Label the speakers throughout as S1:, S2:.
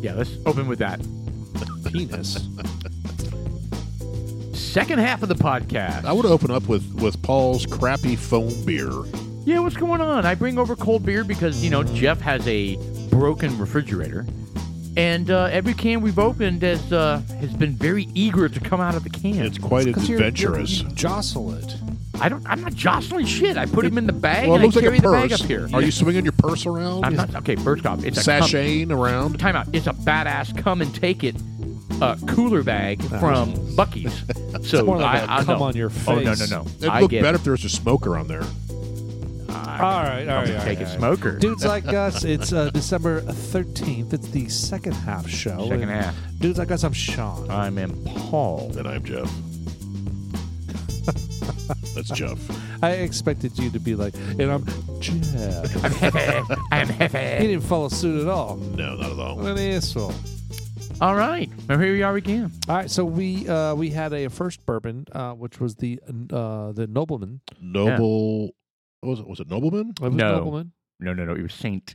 S1: Yeah, let's open with that.
S2: Penis.
S1: Second half of the podcast.
S3: Oh.
S2: I would open up with with Paul's crappy foam beer.
S1: Yeah, what's going on? I bring over cold beer because, you know, Jeff has a broken refrigerator. And uh, every can we've opened has, uh, has been very eager to come out of the can.
S2: It's quite adventurous.
S3: you jostle it.
S1: I don't. I'm not jostling shit. I put him in the bag
S2: well,
S1: and
S2: it
S1: I
S2: looks like
S1: carry
S2: a
S1: the bag
S2: purse.
S1: up here.
S2: Are you swinging your purse around?
S1: I'm not. Okay, first off, it's a cum-
S2: sashaying around?
S1: time out. It's a badass come and take it uh, cooler bag from Bucky's. So
S3: more like
S1: I,
S3: a
S1: I
S3: cum
S1: know.
S3: on your
S1: Oh no no
S3: face.
S1: no!
S2: It'd
S1: I
S2: look
S1: get
S2: better if there was a smoker on there.
S3: All right, all right, all right.
S1: take a
S3: all right.
S1: smoker.
S3: Dudes Like Us, it's uh, December 13th. It's the second half show.
S1: Second
S3: And
S1: half.
S3: Dudes Like Us, I'm Sean.
S1: I'm in Paul.
S2: And I'm Jeff. That's Jeff.
S3: I expected you to be like, and I'm Jeff.
S1: I'm hefe. I'm
S3: He
S1: hefe.
S3: didn't follow suit at all.
S2: No, not at all.
S3: What an asshole.
S1: All right, now here we are again.
S3: All right, so we uh, we had a first bourbon, uh, which was the uh, the Nobleman.
S2: Noble. What was it? Was it Nobleman?
S3: It was
S1: No.
S3: Nobleman.
S1: No no no! It was Saint.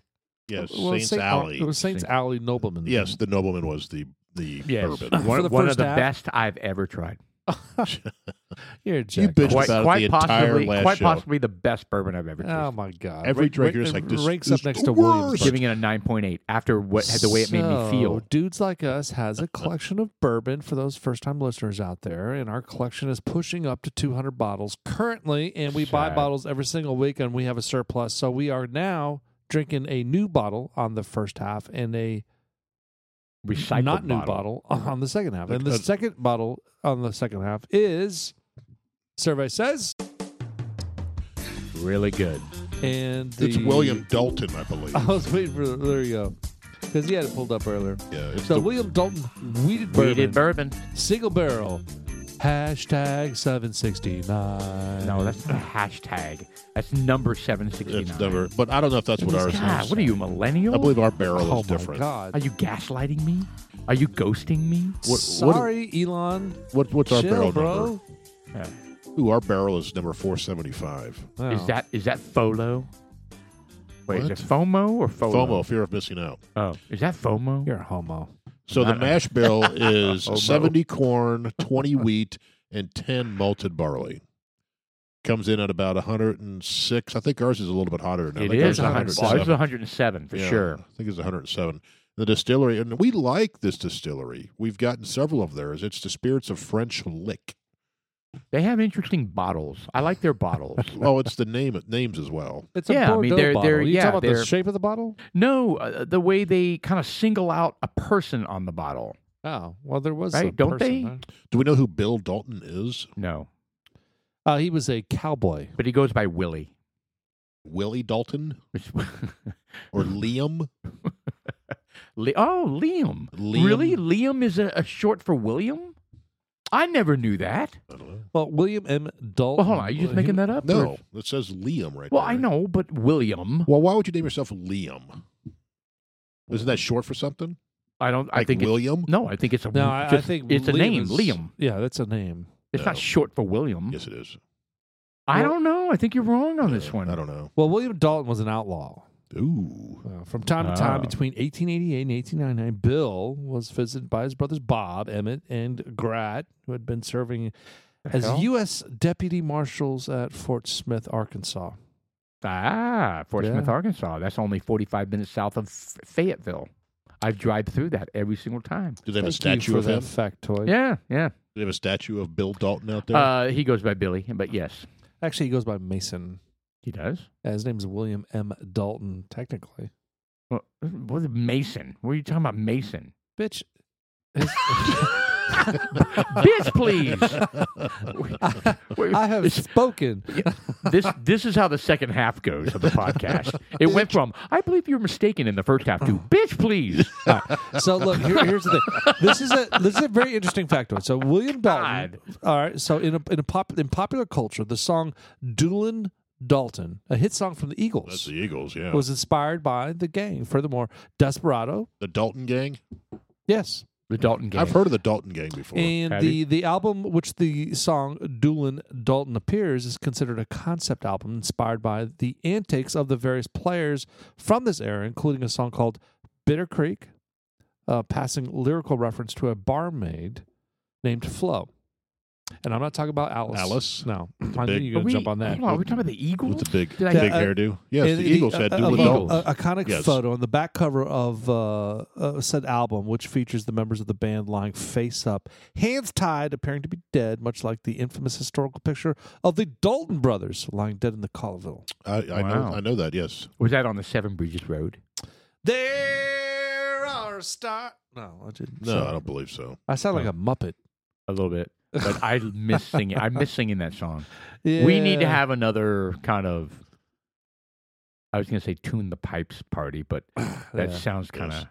S2: Yes,
S3: Well,
S2: Saints
S3: Saint-
S2: Alley.
S3: It was Saints
S1: Saint-
S3: Alley Nobleman.
S2: yes, the Nobleman was the the
S1: Yes,
S2: bourbon.
S1: one,
S3: the
S1: one of
S3: first
S1: the
S3: half.
S1: best I've ever tried.
S3: You're a
S2: You
S3: jack.
S2: bitched
S1: Quite,
S2: about it the
S1: quite
S2: entire
S1: possibly,
S2: last
S1: quite
S2: show.
S1: possibly the best bourbon I've ever tasted.
S3: Oh my god!
S2: Every
S3: Rank-
S2: drinker
S3: rank-
S2: is like, this
S3: ranks
S2: is
S3: up next
S2: the
S3: to
S2: worst.
S3: Williams.
S1: giving it a 9.8 after what the way it made me feel.
S3: So, Dudes Like Us has a collection of bourbon for those first time listeners out there, and our collection is pushing up to 200 bottles currently. And we buy
S1: Sad.
S3: bottles every single week, and we have a surplus. So we are now drinking a new bottle on the first half and a
S1: Recycled
S3: not new
S1: bottle. Uh,
S3: bottle on the second half.
S2: Like
S3: And the
S2: a-
S3: second bottle on the second half is survey says,
S1: Really good.
S3: and
S2: It's
S3: the-
S2: William Dalton, I believe.
S1: Oh.
S3: I was waiting for there you go because he had it pulled up earlier.
S2: yeah, it's
S3: So
S2: the,
S3: William Dalton weeded bourbon.
S1: We did bourbon.
S3: Single barrel. Hashtag 769.
S1: No, that's not a hashtag. That's number
S2: it's
S1: 769.
S2: never. But I don't know if that's what ours
S1: God,
S2: is.
S1: what are you, a millennial?
S2: I believe our barrel
S3: oh
S2: is
S3: my
S2: different.
S3: God.
S1: Are you gaslighting me? Are you ghosting me?
S2: what-
S3: Sorry, Elon.
S2: What, what's our
S3: Chill,
S2: barrel
S3: bro.
S2: number?
S1: Yeah.
S2: Ooh, our barrel is number four seventy five.
S3: Wow.
S1: Is that is that FOLO? Wait,
S2: Oh.
S1: is
S2: What?
S1: it FOMO or FOLO?
S2: FOMO, fear of missing out.
S1: Oh, is that FOMO?
S3: You're a homo.
S2: So the
S1: Not-
S2: mash bill is
S1: Oh, no.
S2: 70 corn, 20 wheat, and 10 malted barley. Comes in at about 106. I think ours is a little bit hotter. Now. I
S1: It
S2: think ours
S1: is
S3: there's
S1: a 100. Ours is 107 for
S2: Yeah,
S1: sure.
S2: I think it's 107. The distillery, and we like this distillery. We've gotten several of theirs. It's the Spirits of French Lick.
S1: They have interesting bottles. I like their bottles.
S2: Oh, it's the name names as well.
S3: It's a
S1: Yeah, I mean,
S3: Bordeaux
S1: they're-
S3: bottle.
S1: they're-
S3: Are you
S1: yeah,
S3: talking about the
S1: they're-
S3: shape of the bottle?
S1: no, uh, the way they kind of single out a person on the bottle.
S3: Oh, well, there was
S1: Right,
S3: a
S1: don't
S3: person,
S1: they?
S3: huh?
S2: Do we know who Bill Dalton is?
S1: No,
S3: Uh, he was a cowboy.
S1: but he goes by Willie.
S2: Willie Dalton
S1: Which-
S2: or Liam?
S1: Le- oh, Liam.
S2: Liam?
S1: Really? Liam is a, a short for William? I never knew that.
S2: I don't know.
S3: Well, William M.
S1: Well,
S3: Dalton.
S1: hold on. Are you just making that up?
S2: No,
S1: or-
S2: it says Liam right
S1: Well,
S2: there.
S1: I know, but William.
S2: Well, why would you name yourself Liam? Isn't that short for something?
S1: I don't. I
S2: Like
S1: think. it-
S2: William?
S1: no, I think it's a.
S3: No, I, I
S1: just-
S3: think
S1: it's
S3: Liam
S1: a name,
S3: is-
S1: Liam.
S3: Yeah, that's a name.
S1: It's not
S2: No.
S1: short for William.
S2: Yes, it is.
S1: I
S3: Well-
S1: don't know. I think you're wrong on Oh, this
S2: Uh,
S1: one.
S2: I don't know.
S3: Well, William Dalton was an outlaw.
S2: Ooh.
S3: Uh, from time to time,
S1: Ah.
S3: between 1888 and 1899, Bill was visited by his brothers Bob, Emmett, and Grat, who had been serving as
S1: hell?
S3: U.S. deputy marshals at Fort Smith, Arkansas.
S1: Ah, Fort
S3: Yeah.
S1: Smith, Arkansas. That's only 45 minutes south of F- Fayetteville. I've drive through that every single time.
S2: Do they have a
S3: Thank you
S2: statue
S3: for
S2: of him?
S3: that
S2: Do
S3: factoid.
S1: Yeah, yeah.
S2: they have a statue of Bill Dalton out there?
S1: Uh, he goes by Billy, but yes,
S3: Actually, he goes by Mason.
S1: he does.
S3: Yeah, his name's William M. Dalton, technically.
S1: Well, what is Mason? What are you talking about, Mason?
S3: Bitch.
S1: Bitch, please. Wait,
S3: I have
S1: it's-
S3: spoken.
S1: this this is how the second half goes of the podcast. It went from I believe you're mistaken in the first half
S3: Oh.
S1: to bitch please.
S3: So look, here, here's the thing. This is a this is a very interesting factoid. So William Dalton. All right. So in a, in a pop in popular culture, the song "Doolin Dalton," a hit song from the
S2: That's
S3: Eagles,
S2: the Eagles, yeah.
S3: was inspired by the gang. Furthermore, Desperado.
S2: the Dalton Gang?
S3: Yes.
S1: The Dalton game.
S2: I've heard of the Dalton Gang before.
S3: And
S1: Have
S3: the, the album which the song Doolin Dalton appears is considered a concept album inspired by the antics of the various players from this era, including a song called Bitter Creek, uh, passing lyrical reference to a barmaid named Flo. And I'm not talking about Alice.
S2: Alice?
S3: No. I knew
S2: big-
S3: you
S1: Are
S3: were going
S1: we-
S3: to jump on that.
S1: Hold on, are we talking about the Eagles?
S2: with the big
S1: Did I-
S2: big
S3: Yeah, uh,
S2: hairdo. Yes,
S3: And
S2: the, Eagles
S3: uh,
S2: had
S3: uh,
S2: Doolin
S3: a,
S1: Eagles.
S2: Dalton.
S3: a, iconic
S2: Yes.
S3: photo on the back cover of uh, uh, said album, which features the members of the band lying face up, hands tied, appearing to be dead, much like the infamous historical picture of the Dalton brothers lying dead in the Colville.
S2: I, I
S1: Wow.
S2: know I know that. Yes,
S1: Was that on the Seven Bridges Road?
S3: There are star. No, I didn't.
S2: no,
S3: sound-
S2: I don't believe so.
S3: I sound like a Muppet.
S1: A little bit, but I miss singing. I miss singing that song. We need to
S3: Yeah.
S1: have another kind of. I was going to say tune the pipes party, but that
S3: Yeah.
S1: sounds kind of
S2: Yes.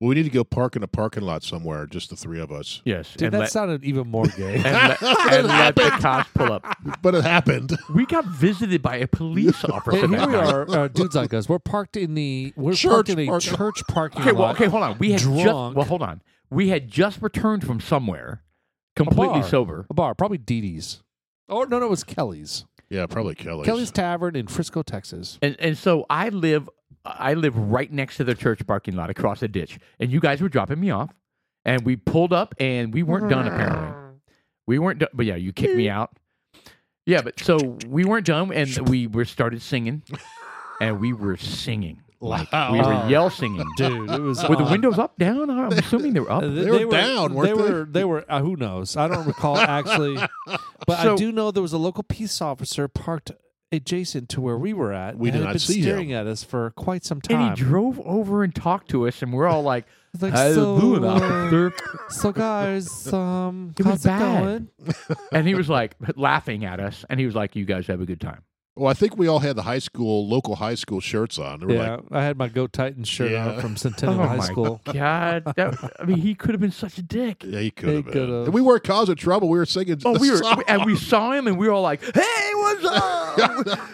S2: Well, we need to go park in a parking lot somewhere, just the three of us.
S1: yes.
S3: Dude,
S1: and
S3: that
S1: let,
S3: sounded even more gay.
S1: and let, and let the cops pull up.
S2: But it happened.
S1: We got visited by a police officer.
S3: Hey,
S1: that
S3: here we
S1: night.
S3: are, uh, dudes like us. We're parked in the we're
S2: Church
S3: parked in a
S2: parking lot.
S3: church parking
S1: Okay,
S3: lot.
S1: well, okay, hold on. We had just
S3: Drunk.
S1: well, hold on. We had just returned from somewhere, completely
S3: bar.
S1: sober.
S3: A bar, probably Dee Dee's. Oh no, no, it was Kelly's.
S2: Yeah, probably Kelly's.
S3: Kelly's Tavern in Frisco, Texas.
S1: And and so I live I live right next to the church parking lot across a ditch. And you guys were dropping me off. And we pulled up and we weren't done
S3: Mm-hmm.
S1: apparently. We weren't done but yeah, you kicked
S3: Mm.
S1: me out. Yeah, but so we weren't done and we were started singing. And we were singing. Like we were
S3: Wow.
S1: yell singing.
S3: Dude, it was
S1: Were the
S3: on.
S1: windows up, down? I'm assuming uh, they were up.
S3: They,
S2: were down, weren't
S3: they,
S2: they?
S3: were. They were. Uh, who knows? I don't recall actually, but I
S1: So-
S3: do know there was a local peace officer parked adjacent to where we were at.
S2: We
S3: and
S2: did
S3: had
S2: not
S3: been
S2: see him.
S3: staring at us for quite some time.
S1: And he drove over and talked to us, and we're all like,
S3: It's like,
S1: "How you
S3: so,
S1: doing,
S3: uh,
S1: officer?"
S3: so guys, um,
S1: It was
S3: how's it
S1: bad.
S3: going?
S1: and he was like laughing at us, and he was like, "You guys have a good time."
S2: Well, I think we all had the high school, local high school shirts on. They were
S3: Yeah,
S2: like,
S3: I had my Go Titans shirt
S2: Yeah.
S3: on from Centennial
S1: Oh
S3: High
S1: my
S3: School.
S1: God, that, I mean, he could have been such a dick.
S2: yeah,
S3: They
S2: he could have been.
S3: could've.
S2: And we weren't causing trouble. We were singing.
S1: Oh,
S2: the
S1: we were,
S2: song.
S1: and we saw him, and we were all like, "Hey, what's up?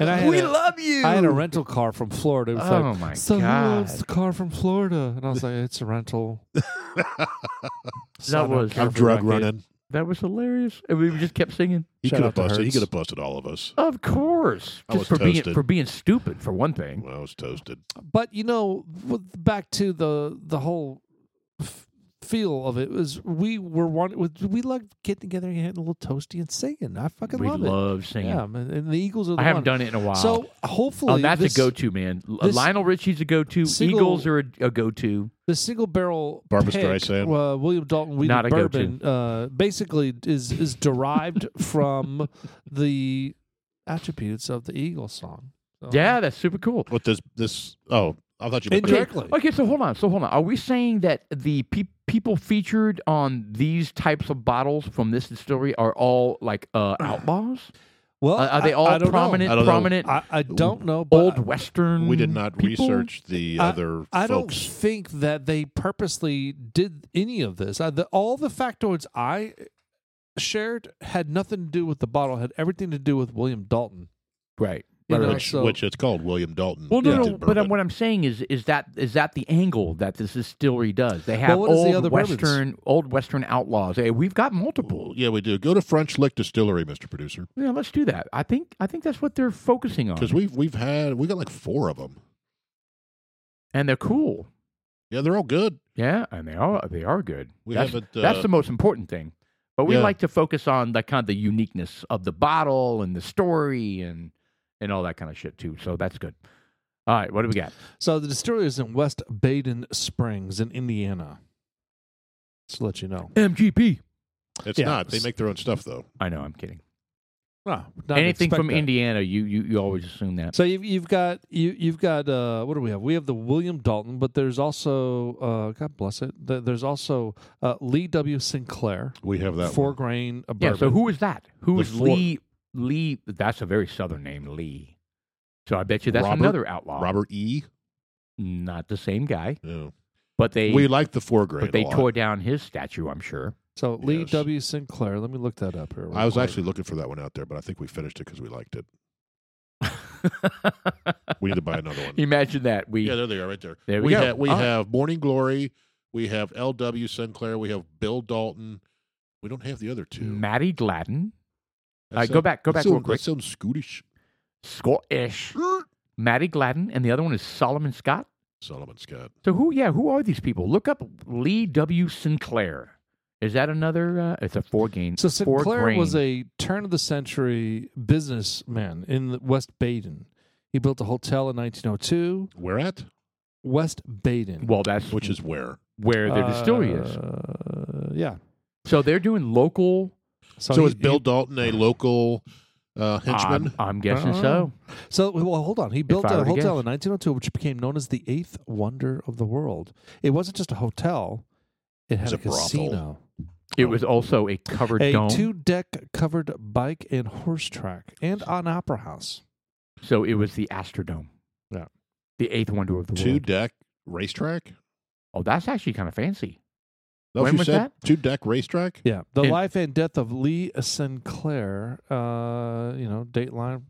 S3: And I had
S1: we
S3: a-
S1: love you."
S3: I had a rental car from Florida. It was
S1: Oh
S3: like,
S1: my
S3: so who
S1: God.
S3: owns the car from Florida? And I was like, it's a rental. So I
S1: That
S3: don't
S1: was-
S3: care
S2: I'm
S3: if we like
S2: drug
S3: it.
S2: running.
S1: that was hilarious, and we just kept singing.
S2: He
S3: Shout
S2: could
S3: out
S2: have
S3: to
S2: busted. He
S3: Hertz.
S2: could have busted all of us.
S1: Of course,
S2: I
S1: just
S2: was
S1: for being
S2: toasted.
S1: for being stupid for one thing.
S2: Well, I was toasted.
S3: But you know, with- back to the the whole f- feel of it was we were one. We loved getting together and getting a little toasty and singing. I fucking
S1: we
S3: love,
S1: love
S3: it.
S1: singing.
S3: Yeah, man, and the Eagles are. The
S1: I haven't
S3: one.
S1: done it in a while.
S3: So hopefully,
S1: Oh, that's
S3: this,
S1: a go-to man. L-
S3: this
S1: Lionel Richie's a go-to.
S3: single-
S1: Eagles are a, a go-to.
S3: The single barrel
S2: Barbra
S3: pick,
S2: Streisand.
S3: uh, William Dalton Wheaton
S1: Not a go-to.
S3: bourbon, uh, basically is is derived from the attributes of the Eagle song. So-
S1: Yeah, that's super cool.
S2: What this? This? Oh, I thought you. meant-
S3: indirectly.
S1: Okay, so hold on. So hold on. Are we saying that the pe- people featured on these types of bottles from this distillery are all like uh, outlaws?
S3: Well,
S1: Uh, are they all
S3: I, I don't know.
S1: prominent,
S2: I don't know.
S1: prominent
S3: I, I don't know. But
S1: old Western?
S2: We did not
S1: people?
S2: research the
S3: I-
S2: other
S3: I don't
S2: folks.
S3: think that they purposely did any of this. I, the, all the factoids I shared had nothing to do with the bottle. Had everything to do with William Dalton.
S1: Right.
S3: You
S1: Right,
S3: know,
S1: right.
S2: which,
S3: so-
S2: which it's called William Dalton.
S1: Well, no,
S2: Dalton
S1: no. But
S2: bourbon.
S1: um, what I'm saying is, is that is that the angle that this distillery does? They have
S3: Well, what is the
S1: old
S3: other bourbons?
S1: Western, old Western outlaws. Hey, we've got multiple.
S2: yeah, we do. Go to French Lick Distillery, Mister Producer,
S1: Yeah, let's do that. I think I think that's what they're focusing on,
S2: because we've we've had we got like four of them.
S1: and they're cool.
S2: Yeah, they're all good.
S1: Yeah, and they are they are good.
S2: We
S1: that's,
S2: haven't,
S1: that's
S2: uh,
S1: the most important thing. But we
S2: Yeah.
S1: like to focus on the kind of the uniqueness of the bottle and the story and and all that kind of shit too. So that's good. All right, what do we got?
S3: So the distillery is in West Baden Springs in Indiana. Just to let you know.
S1: MGP.
S2: It's
S3: Yeah.
S2: not. They make their own stuff though.
S1: I know, I'm kidding.
S3: Ah, not
S1: Anything
S3: expect
S1: from
S3: that.
S1: Indiana, you, you you always assume that.
S3: So you've you've got you you've got uh, what do we have? We have the William Dalton, but there's also uh, God bless it. th- There's also uh, Lee W. Sinclair,
S2: We have that.
S3: four
S2: one.
S3: grain of
S1: yeah.
S3: bourbon.
S1: So who is that? Who
S2: The
S1: is
S2: four-
S1: Lee? Lee. That's a very southern name, Lee. So I bet you that's
S2: Robert-
S1: another outlaw.
S2: Robert E.
S1: Not the same guy,
S2: Yeah.
S1: but they
S2: We like the four grain.
S1: but they
S2: a lot.
S1: tore down his statue. I'm sure.
S3: So Lee
S2: Yes.
S3: W. Sinclair. Let me look that up here. real
S2: I was
S3: quick.
S2: actually looking for that one out there, but I think we finished it because we liked it. We need to buy another one.
S1: Imagine that. We
S2: yeah, there they are, right there.
S1: There we
S2: we
S1: go.
S2: have, we
S1: All right.
S2: have Morning Glory. We have L.W. Sinclair. We have Bill Dalton. We don't have the other two.
S1: Matty Gladden,
S2: That
S1: All right, go
S2: sound-
S1: back- go
S2: that
S1: back real
S2: sound-
S1: quick.
S2: That sounds Scottish.
S1: Scottish. Matty Gladden, and the other one is Solomon Scott.
S2: Solomon Scott.
S1: So who? Yeah, who are these people? Look up Lee W. Sinclair. Is that another? Uh, it's a four game.
S3: So Sinclair was a turn of the century businessman in the- West Baden. He built a hotel in 1902,
S2: Where at?
S3: West Baden.
S1: Well, that's
S2: Which is where?
S1: where the distillery is.
S3: Uh, Yeah.
S1: So they're doing local.
S2: So,
S3: he-
S2: is Bill Dalton a local uh, henchman?
S1: I'm, I'm guessing
S3: Uh-uh.
S1: so.
S3: he- so well, hold on. He built
S1: I
S3: a
S1: were to
S3: hotel in 1902, which became known as the Eighth Wonder of the World. It wasn't just a hotel; it had
S2: was
S3: a,
S2: a brothel.
S3: casino,
S1: It was also a covered
S3: a
S1: dome.
S3: two-deck covered bike and horse track, and an opera house.
S1: so it was the Astrodome.
S3: Yeah.
S1: The eighth wonder of the
S2: two
S1: world.
S2: deck racetrack?
S1: Oh, that's actually kind of fancy.
S2: That's what
S1: When
S2: you
S1: was
S2: said?
S1: that?
S2: Two deck racetrack?
S3: Yeah, the
S1: And-
S3: life and death of Lee Sinclair. Uh, you know, Dateline.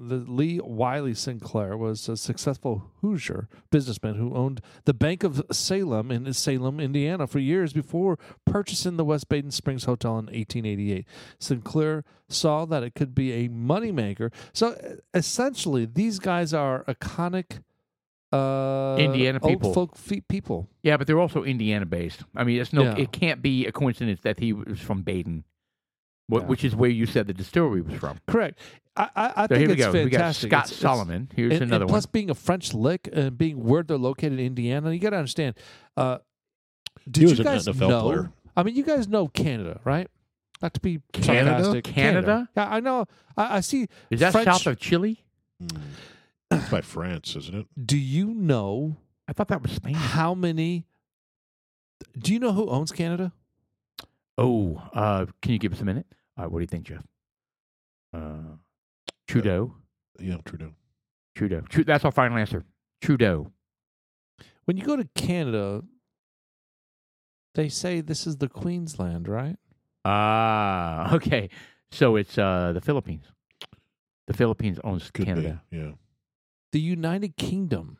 S3: The Lee Wiley Sinclair was a successful Hoosier businessman who owned the Bank of Salem in Salem, Indiana, for years before purchasing the West Baden Springs Hotel in 1888. Sinclair saw that it could be a moneymaker. So uh, essentially, these guys are iconic uh,
S1: Indiana
S3: old
S1: people.
S3: folk fe- people.
S1: Yeah, but they're also Indiana based. I mean, it's no,
S3: Yeah.
S1: it can't be a coincidence that he was from Baden, wh-
S3: Yeah.
S1: which is where you said the distillery was from.
S3: Correct. I, I, I
S1: So
S3: think
S1: here we
S3: it's
S1: go.
S3: fantastic.
S1: We got Scott
S3: It's- it's-
S1: Solomon. Here's
S3: and, and
S1: another
S3: plus being a French lick and being where they're located in Indiana, you got to understand. Uh, did
S2: He was
S3: you
S2: an
S3: guys
S2: NFL
S3: know?
S2: player.
S3: I mean, you guys know Canada, right? Not to be
S1: Canada?
S3: sarcastic.
S1: Canada?
S3: Yeah, I know. I, I see.
S1: one. Is that
S3: French-
S1: south of Chile?
S2: Mm. It's by France, isn't it?
S3: Do you know
S1: I thought that was Spain.
S3: how many? Do you know who owns Canada?
S1: Oh, uh, can you give us a minute? Uh, what do you think, Jeff? Uh, Trudeau.
S2: Yeah, Trudeau.
S1: Trudeau. Tru- that's our final answer. Trudeau.
S3: When you go to Canada, they say this is the Queensland, right?
S1: Ah, okay. So it's uh, the Philippines. The Philippines owns
S2: Could
S1: Canada.
S2: be. Yeah.
S3: The United Kingdom.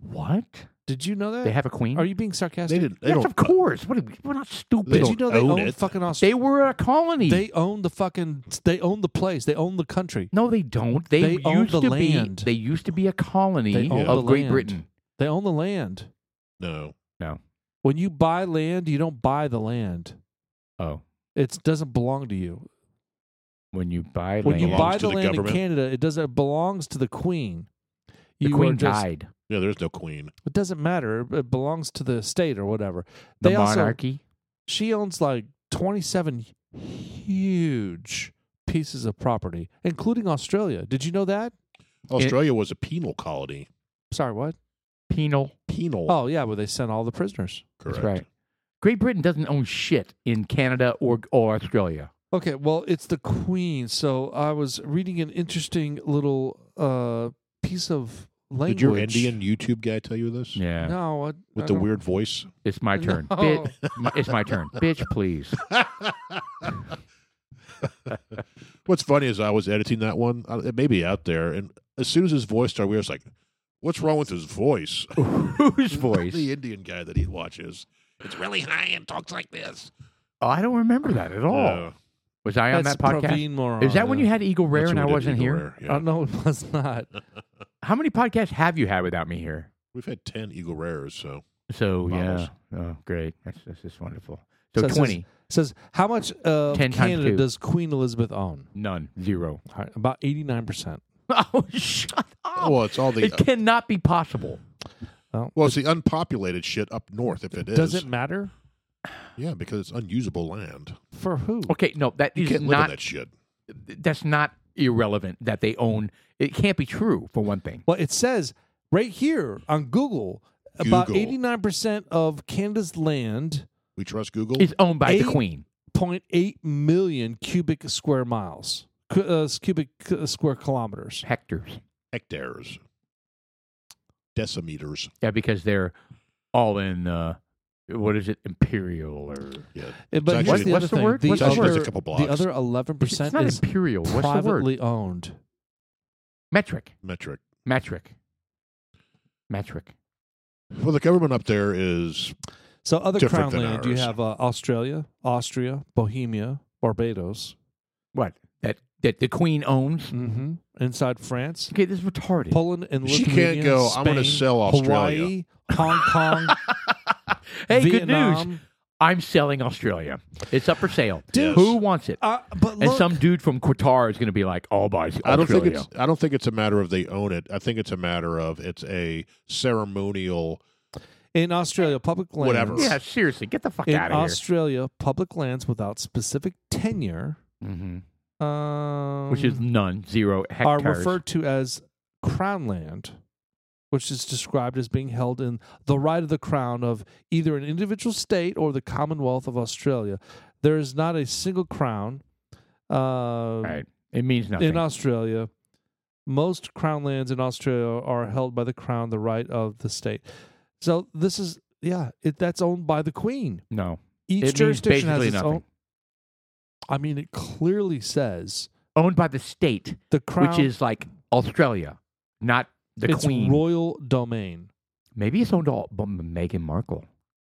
S1: what?
S3: Did you know that?
S1: They have a queen?
S3: Are you being sarcastic?
S2: They didn't. They
S1: yes,
S2: don't,
S1: of course. What are we, we're not
S2: They
S1: stupid.
S3: Did
S2: don't
S3: you know they
S2: own
S3: own,
S2: it.
S3: fucking
S1: They
S3: Australia?
S1: were a colony.
S3: They own the fucking. They own the place. They own the country.
S1: no, they don't. They,
S3: They
S1: used
S3: own the
S1: to
S3: land.
S1: be. They used to be a colony
S3: They own
S1: of
S3: the
S1: Great
S3: land.
S1: Britain.
S3: They own the land.
S2: No.
S3: When you buy land, you don't buy the land.
S1: Oh,
S3: It doesn't belong to you.
S1: when you buy
S3: When you
S1: land,
S2: Belongs
S3: buy
S2: to
S3: the
S2: the
S3: land in
S2: government.
S3: Canada, it doesn't it belongs to the queen.
S1: the
S3: You are
S1: queen
S3: just-
S1: died.
S2: Yeah, there's no queen.
S3: It doesn't matter. It belongs to the state or whatever.
S1: The
S3: They also-
S1: monarchy.
S3: She owns like twenty-seven huge pieces of property, including Australia. Did you know that?
S2: Australia was a penal colony.
S3: Sorry, what?
S1: penal.
S2: Penal.
S3: Oh yeah, where they sent all the prisoners.
S2: correct.
S1: That's right. Great Britain doesn't own shit in Canada or or Australia.
S3: Okay, well, it's the Queen. So I was reading an interesting little uh, piece of language.
S2: Did your Indian YouTube guy tell you this?
S1: Yeah,
S3: No, I,
S2: With
S3: I
S2: the
S3: don't-
S2: weird voice?
S1: it's my turn.
S3: No.
S1: Bi- my- it's my turn. Bitch, please.
S2: What's funny is I was editing that one. uh, It may be out there, and as soon as his voice started, we were just like, "What's wrong with his voice?"
S1: Whose voice?
S2: the Indian guy that he watches. It's really high and talks like this.
S1: Oh, I don't remember that at all.
S2: Yeah,
S1: Was I on
S3: That's
S1: that podcast?
S3: Praveen Moran,
S1: Is that when you
S3: yeah.
S1: had Eagle Rare
S2: that's
S1: and
S2: when
S1: I
S2: we did
S1: wasn't
S2: Eagle
S1: here? Um,
S2: Rare, yeah.
S3: Oh no, it was not.
S1: How many podcasts have you had without me here?
S2: We've had ten Eagle Rares, so
S1: So
S2: Models.
S1: yeah, oh great, that's that's just wonderful. So,
S3: So it says-
S1: twenty,
S3: It says how much uh, of
S1: 10 times
S3: Canada
S1: two.
S3: does Queen Elizabeth own?
S1: none, zero.
S3: All right, about eighty-nine percent.
S1: Oh, shut up!
S2: well, it's all the
S1: it cannot be possible.
S2: well, it's the unpopulated shit up north. If it is,
S3: Does it matter
S2: yeah, because it's unusable land.
S3: for who?
S1: Okay, no, that
S2: You
S1: is
S2: can't live in
S1: not.
S2: that shit.
S1: That's not irrelevant. That they own. It can't be true for one thing.
S3: Well, it says right here on Google, about
S2: Google.
S3: eighty-nine percent of Canada's land,
S2: We trust Google.
S1: It's owned by
S3: Eight-
S1: the Queen.
S3: 0.8 million cubic square miles, cu- uh, cubic uh, square kilometers.
S1: Hectors.
S2: hectares, decimeters.
S1: Yeah, because they're all in. Uh, what is it? Imperial or
S2: Yeah,
S3: Uh, But
S2: It's
S3: here's
S2: actually-
S3: the
S1: what's
S3: other
S1: the
S3: thing.
S1: word? What's the
S2: it's actually
S1: word?
S2: just
S3: other,
S2: a couple blocks.
S3: the other eleven
S1: it's, it's
S3: percent
S1: not
S3: is
S1: imperial. What's the word?
S3: privately owned.
S1: Metric.
S2: metric.
S1: Metric. Metric.
S2: Well, the government up there is
S3: So other
S2: Different
S3: crown
S2: than
S3: land, you
S2: ours.
S3: have uh, Australia, Austria, Bohemia, Barbados.
S1: What? That that the Queen owns.
S3: hmm Inside France,
S1: Okay, this is retarded.
S3: Poland, and
S2: She
S3: Lithuania.
S2: can't go, "I'm gonna
S3: Spain,
S2: sell Australia."
S3: Hawaii, Hong Kong,
S1: hey, good
S3: Vietnam.
S1: news. I'm selling Australia. It's up for sale.
S2: Dude.
S1: Who wants it?
S3: Uh, but
S1: and
S3: look,
S1: some dude from Qatar is going to be like, "I'll buy Australia."
S2: I don't think it's. I don't think it's a matter of they own it. I think it's a matter of it's a ceremonial.
S3: in Australia, public lands.
S2: Whatever.
S1: yeah, seriously, get the fuck
S3: In
S1: out of
S3: Australia, public lands without specific tenure,
S1: here. hmm
S3: Mm-hmm. um,
S1: Which is none, zero
S3: are
S1: hectares.
S3: referred to as crown land, which is described as being held in the right of the crown of either an individual state or the Commonwealth of Australia. There is not a single crown uh,
S1: right. It means nothing.
S3: in Australia. Most crown lands in Australia are held by the crown, the right of the state. So this is yeah, it, that's owned by the Queen.
S1: no,
S3: Each
S1: it means
S3: jurisdiction has
S1: basically
S3: its
S1: nothing.
S3: own. I mean, it clearly says
S1: Owned by the state,
S3: the crown,
S1: which is like Australia, not the
S3: it's
S1: Queen.
S3: royal domain.
S1: Maybe it's owned all by Meghan Markle.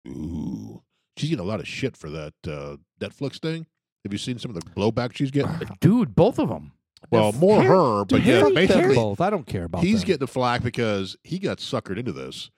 S2: Ooh, she's getting a lot of shit for that uh, Netflix thing. Have you seen some of the blowback she's getting?
S1: Dude, both of them.
S2: Well,
S1: They're
S2: more
S1: fair-
S2: her, but
S1: dude,
S2: yeah,
S1: fuck
S3: Fuck them
S2: basically
S3: both. I don't care about.
S2: he's
S3: them.
S2: getting the flack because he got suckered into this,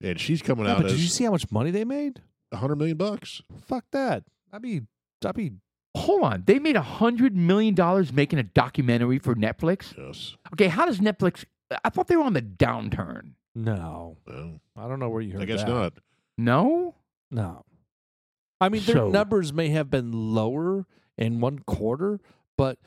S2: and she's coming
S3: Yeah,
S2: out
S3: but did you
S2: as
S3: see how much money they made?
S2: a hundred million bucks.
S3: Fuck that. I'd be, I'd be.
S1: Hold on, they made a hundred million dollars making a documentary for Netflix.
S2: Yes.
S1: Okay, how does Netflix? I thought they were on the downturn.
S3: No,
S2: Well,
S3: I don't know where you heard
S2: I guess
S3: that.
S2: not.
S1: No,
S3: No, I mean their
S1: So-
S3: numbers may have been lower in one quarter, but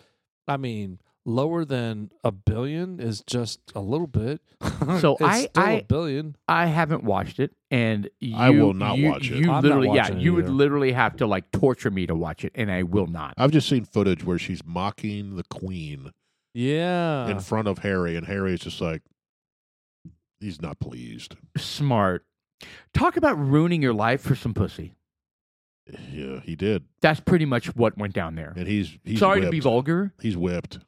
S3: I mean lower than a billion is just a little bit.
S1: So
S3: It's
S1: I-
S3: still a
S1: I-
S3: billion.
S1: I haven't watched it, and you,
S2: I will not
S1: you-
S2: watch it.
S1: You
S3: I'm not
S1: literally, yeah,
S3: watching it
S1: you would
S3: either.
S1: literally have to like torture me to watch it, and I will not.
S2: I've just seen footage where she's mocking the queen
S3: Yeah,
S2: in front of Harry, and Harry is just like, he's not pleased.
S1: Smart. Talk about ruining your life for some pussy.
S2: Yeah, he did,
S1: That's pretty much what went down there.
S2: and he's he's
S1: Sorry
S2: whipped.
S1: to be vulgar.
S2: He's whipped.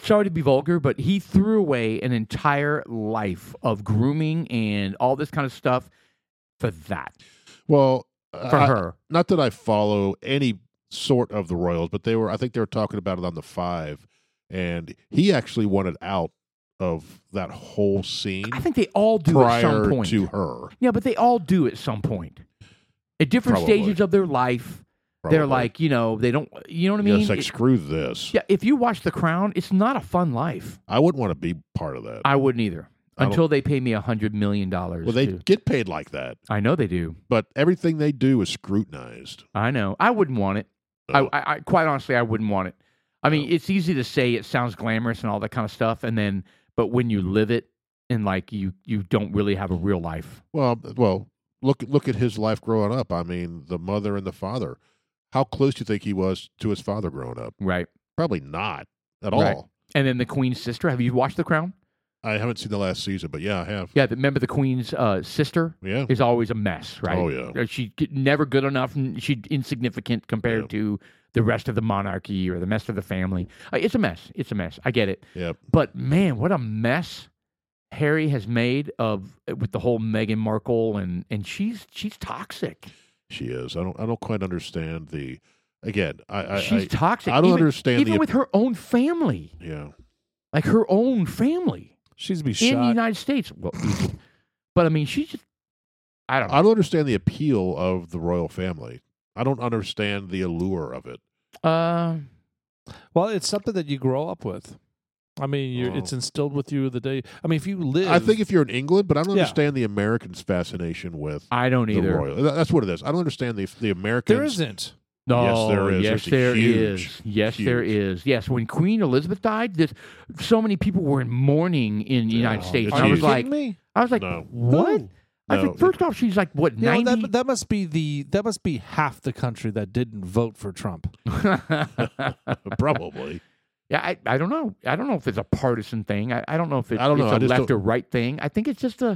S1: Sorry to be vulgar, but he threw away an entire life of grooming and all this kind of stuff for that.
S2: Well,
S1: For
S2: Uh, I-
S1: her.
S2: not that I follow any sort of the Royals, but they were I think they were talking about it on the five, and he actually wanted out of that whole scene
S1: I think they all do at some
S2: prior
S1: point.
S2: to her.
S1: Yeah, but they all do at some point. At different
S2: Probably.
S1: stages of their life,
S2: probably.
S1: they're like, you know, they don't, you know what I
S2: Yeah,
S1: mean?
S2: it's like
S1: It-
S2: screw this.
S1: yeah, if you watch The Crown, it's not a fun life.
S2: I wouldn't want to be part of that.
S1: I wouldn't either.
S2: I don't-
S1: Until they pay me a hundred million dollars.
S2: well, they
S1: to-
S2: get paid like that,
S1: I know they do.
S2: but everything they do is scrutinized.
S1: I know. I wouldn't want it.
S2: No.
S1: I, I, I quite honestly, I wouldn't want it. I mean,
S2: Oh.
S1: it's easy to say it sounds glamorous and all that kind of stuff, and then, but when you live it and like you, you don't really have a real life.
S2: Well, b- well, look look at his life growing up. I mean, the mother and the father. How close do you think he was to his father growing up?
S1: Right.
S2: Probably not at
S1: Right.
S2: all.
S1: And then the Queen's sister. Have you watched The Crown?
S2: I haven't seen the last season, but yeah, I have.
S1: Yeah. the- Remember the Queen's uh, sister?
S2: Yeah.
S1: is always a mess, right?
S2: Oh, yeah.
S1: Uh, she g- never good enough. and She insignificant compared
S2: Yeah.
S1: to the rest of the monarchy or the rest of the family. Uh, it's a mess. It's a mess. I get it.
S2: Yeah.
S1: But man, what a mess Harry has made of uh, with the whole Meghan Markle and and she's she's toxic.
S2: She is. I don't. I don't quite understand the. Again, I. I
S1: she's
S2: I,
S1: toxic.
S2: I don't
S1: even,
S2: understand
S1: even
S2: the.
S1: with her own family,
S2: yeah.
S1: like her own family
S3: she's be
S1: in the
S3: shot.
S1: United States. Well, easy. but I mean, she just. I don't know.
S2: I don't understand the appeal of the royal family. I don't understand the allure of it.
S1: Uh,
S3: Well, it's something that you grow up with. I mean, you're,
S2: Oh.
S3: it's instilled with you the day. I mean, if you live,
S2: I think if you're in England, but I don't
S3: Yeah.
S2: understand the Americans' fascination with
S1: I don't
S2: the
S1: either.
S2: royal. That- That's what it is. I don't understand the the Americans.
S3: there isn't.
S2: Yes,
S1: No,
S2: there is.
S1: Oh, Yes,
S2: There's a
S1: there
S2: huge,
S1: is. Yes, there
S2: huge-
S1: is. Yes, when Queen Elizabeth died, this so many people were in mourning in the
S2: Yeah,
S1: United States.
S2: it's
S1: And I was
S2: huge.
S1: like,
S3: kidding me?
S1: I was like,
S2: No.
S1: what?
S3: No.
S1: I was
S2: No.
S1: like, first off, she's like what
S3: You know,
S1: ninety?
S3: that, that must be the that must be half the country that didn't vote for Trump.
S2: Probably.
S1: yeah, I, I don't know. I don't know if it's a partisan thing. I, I don't know if it's,
S2: I don't
S1: it's
S2: know. I
S1: a
S2: just
S1: left
S2: don't-
S1: or right thing. I think it's just a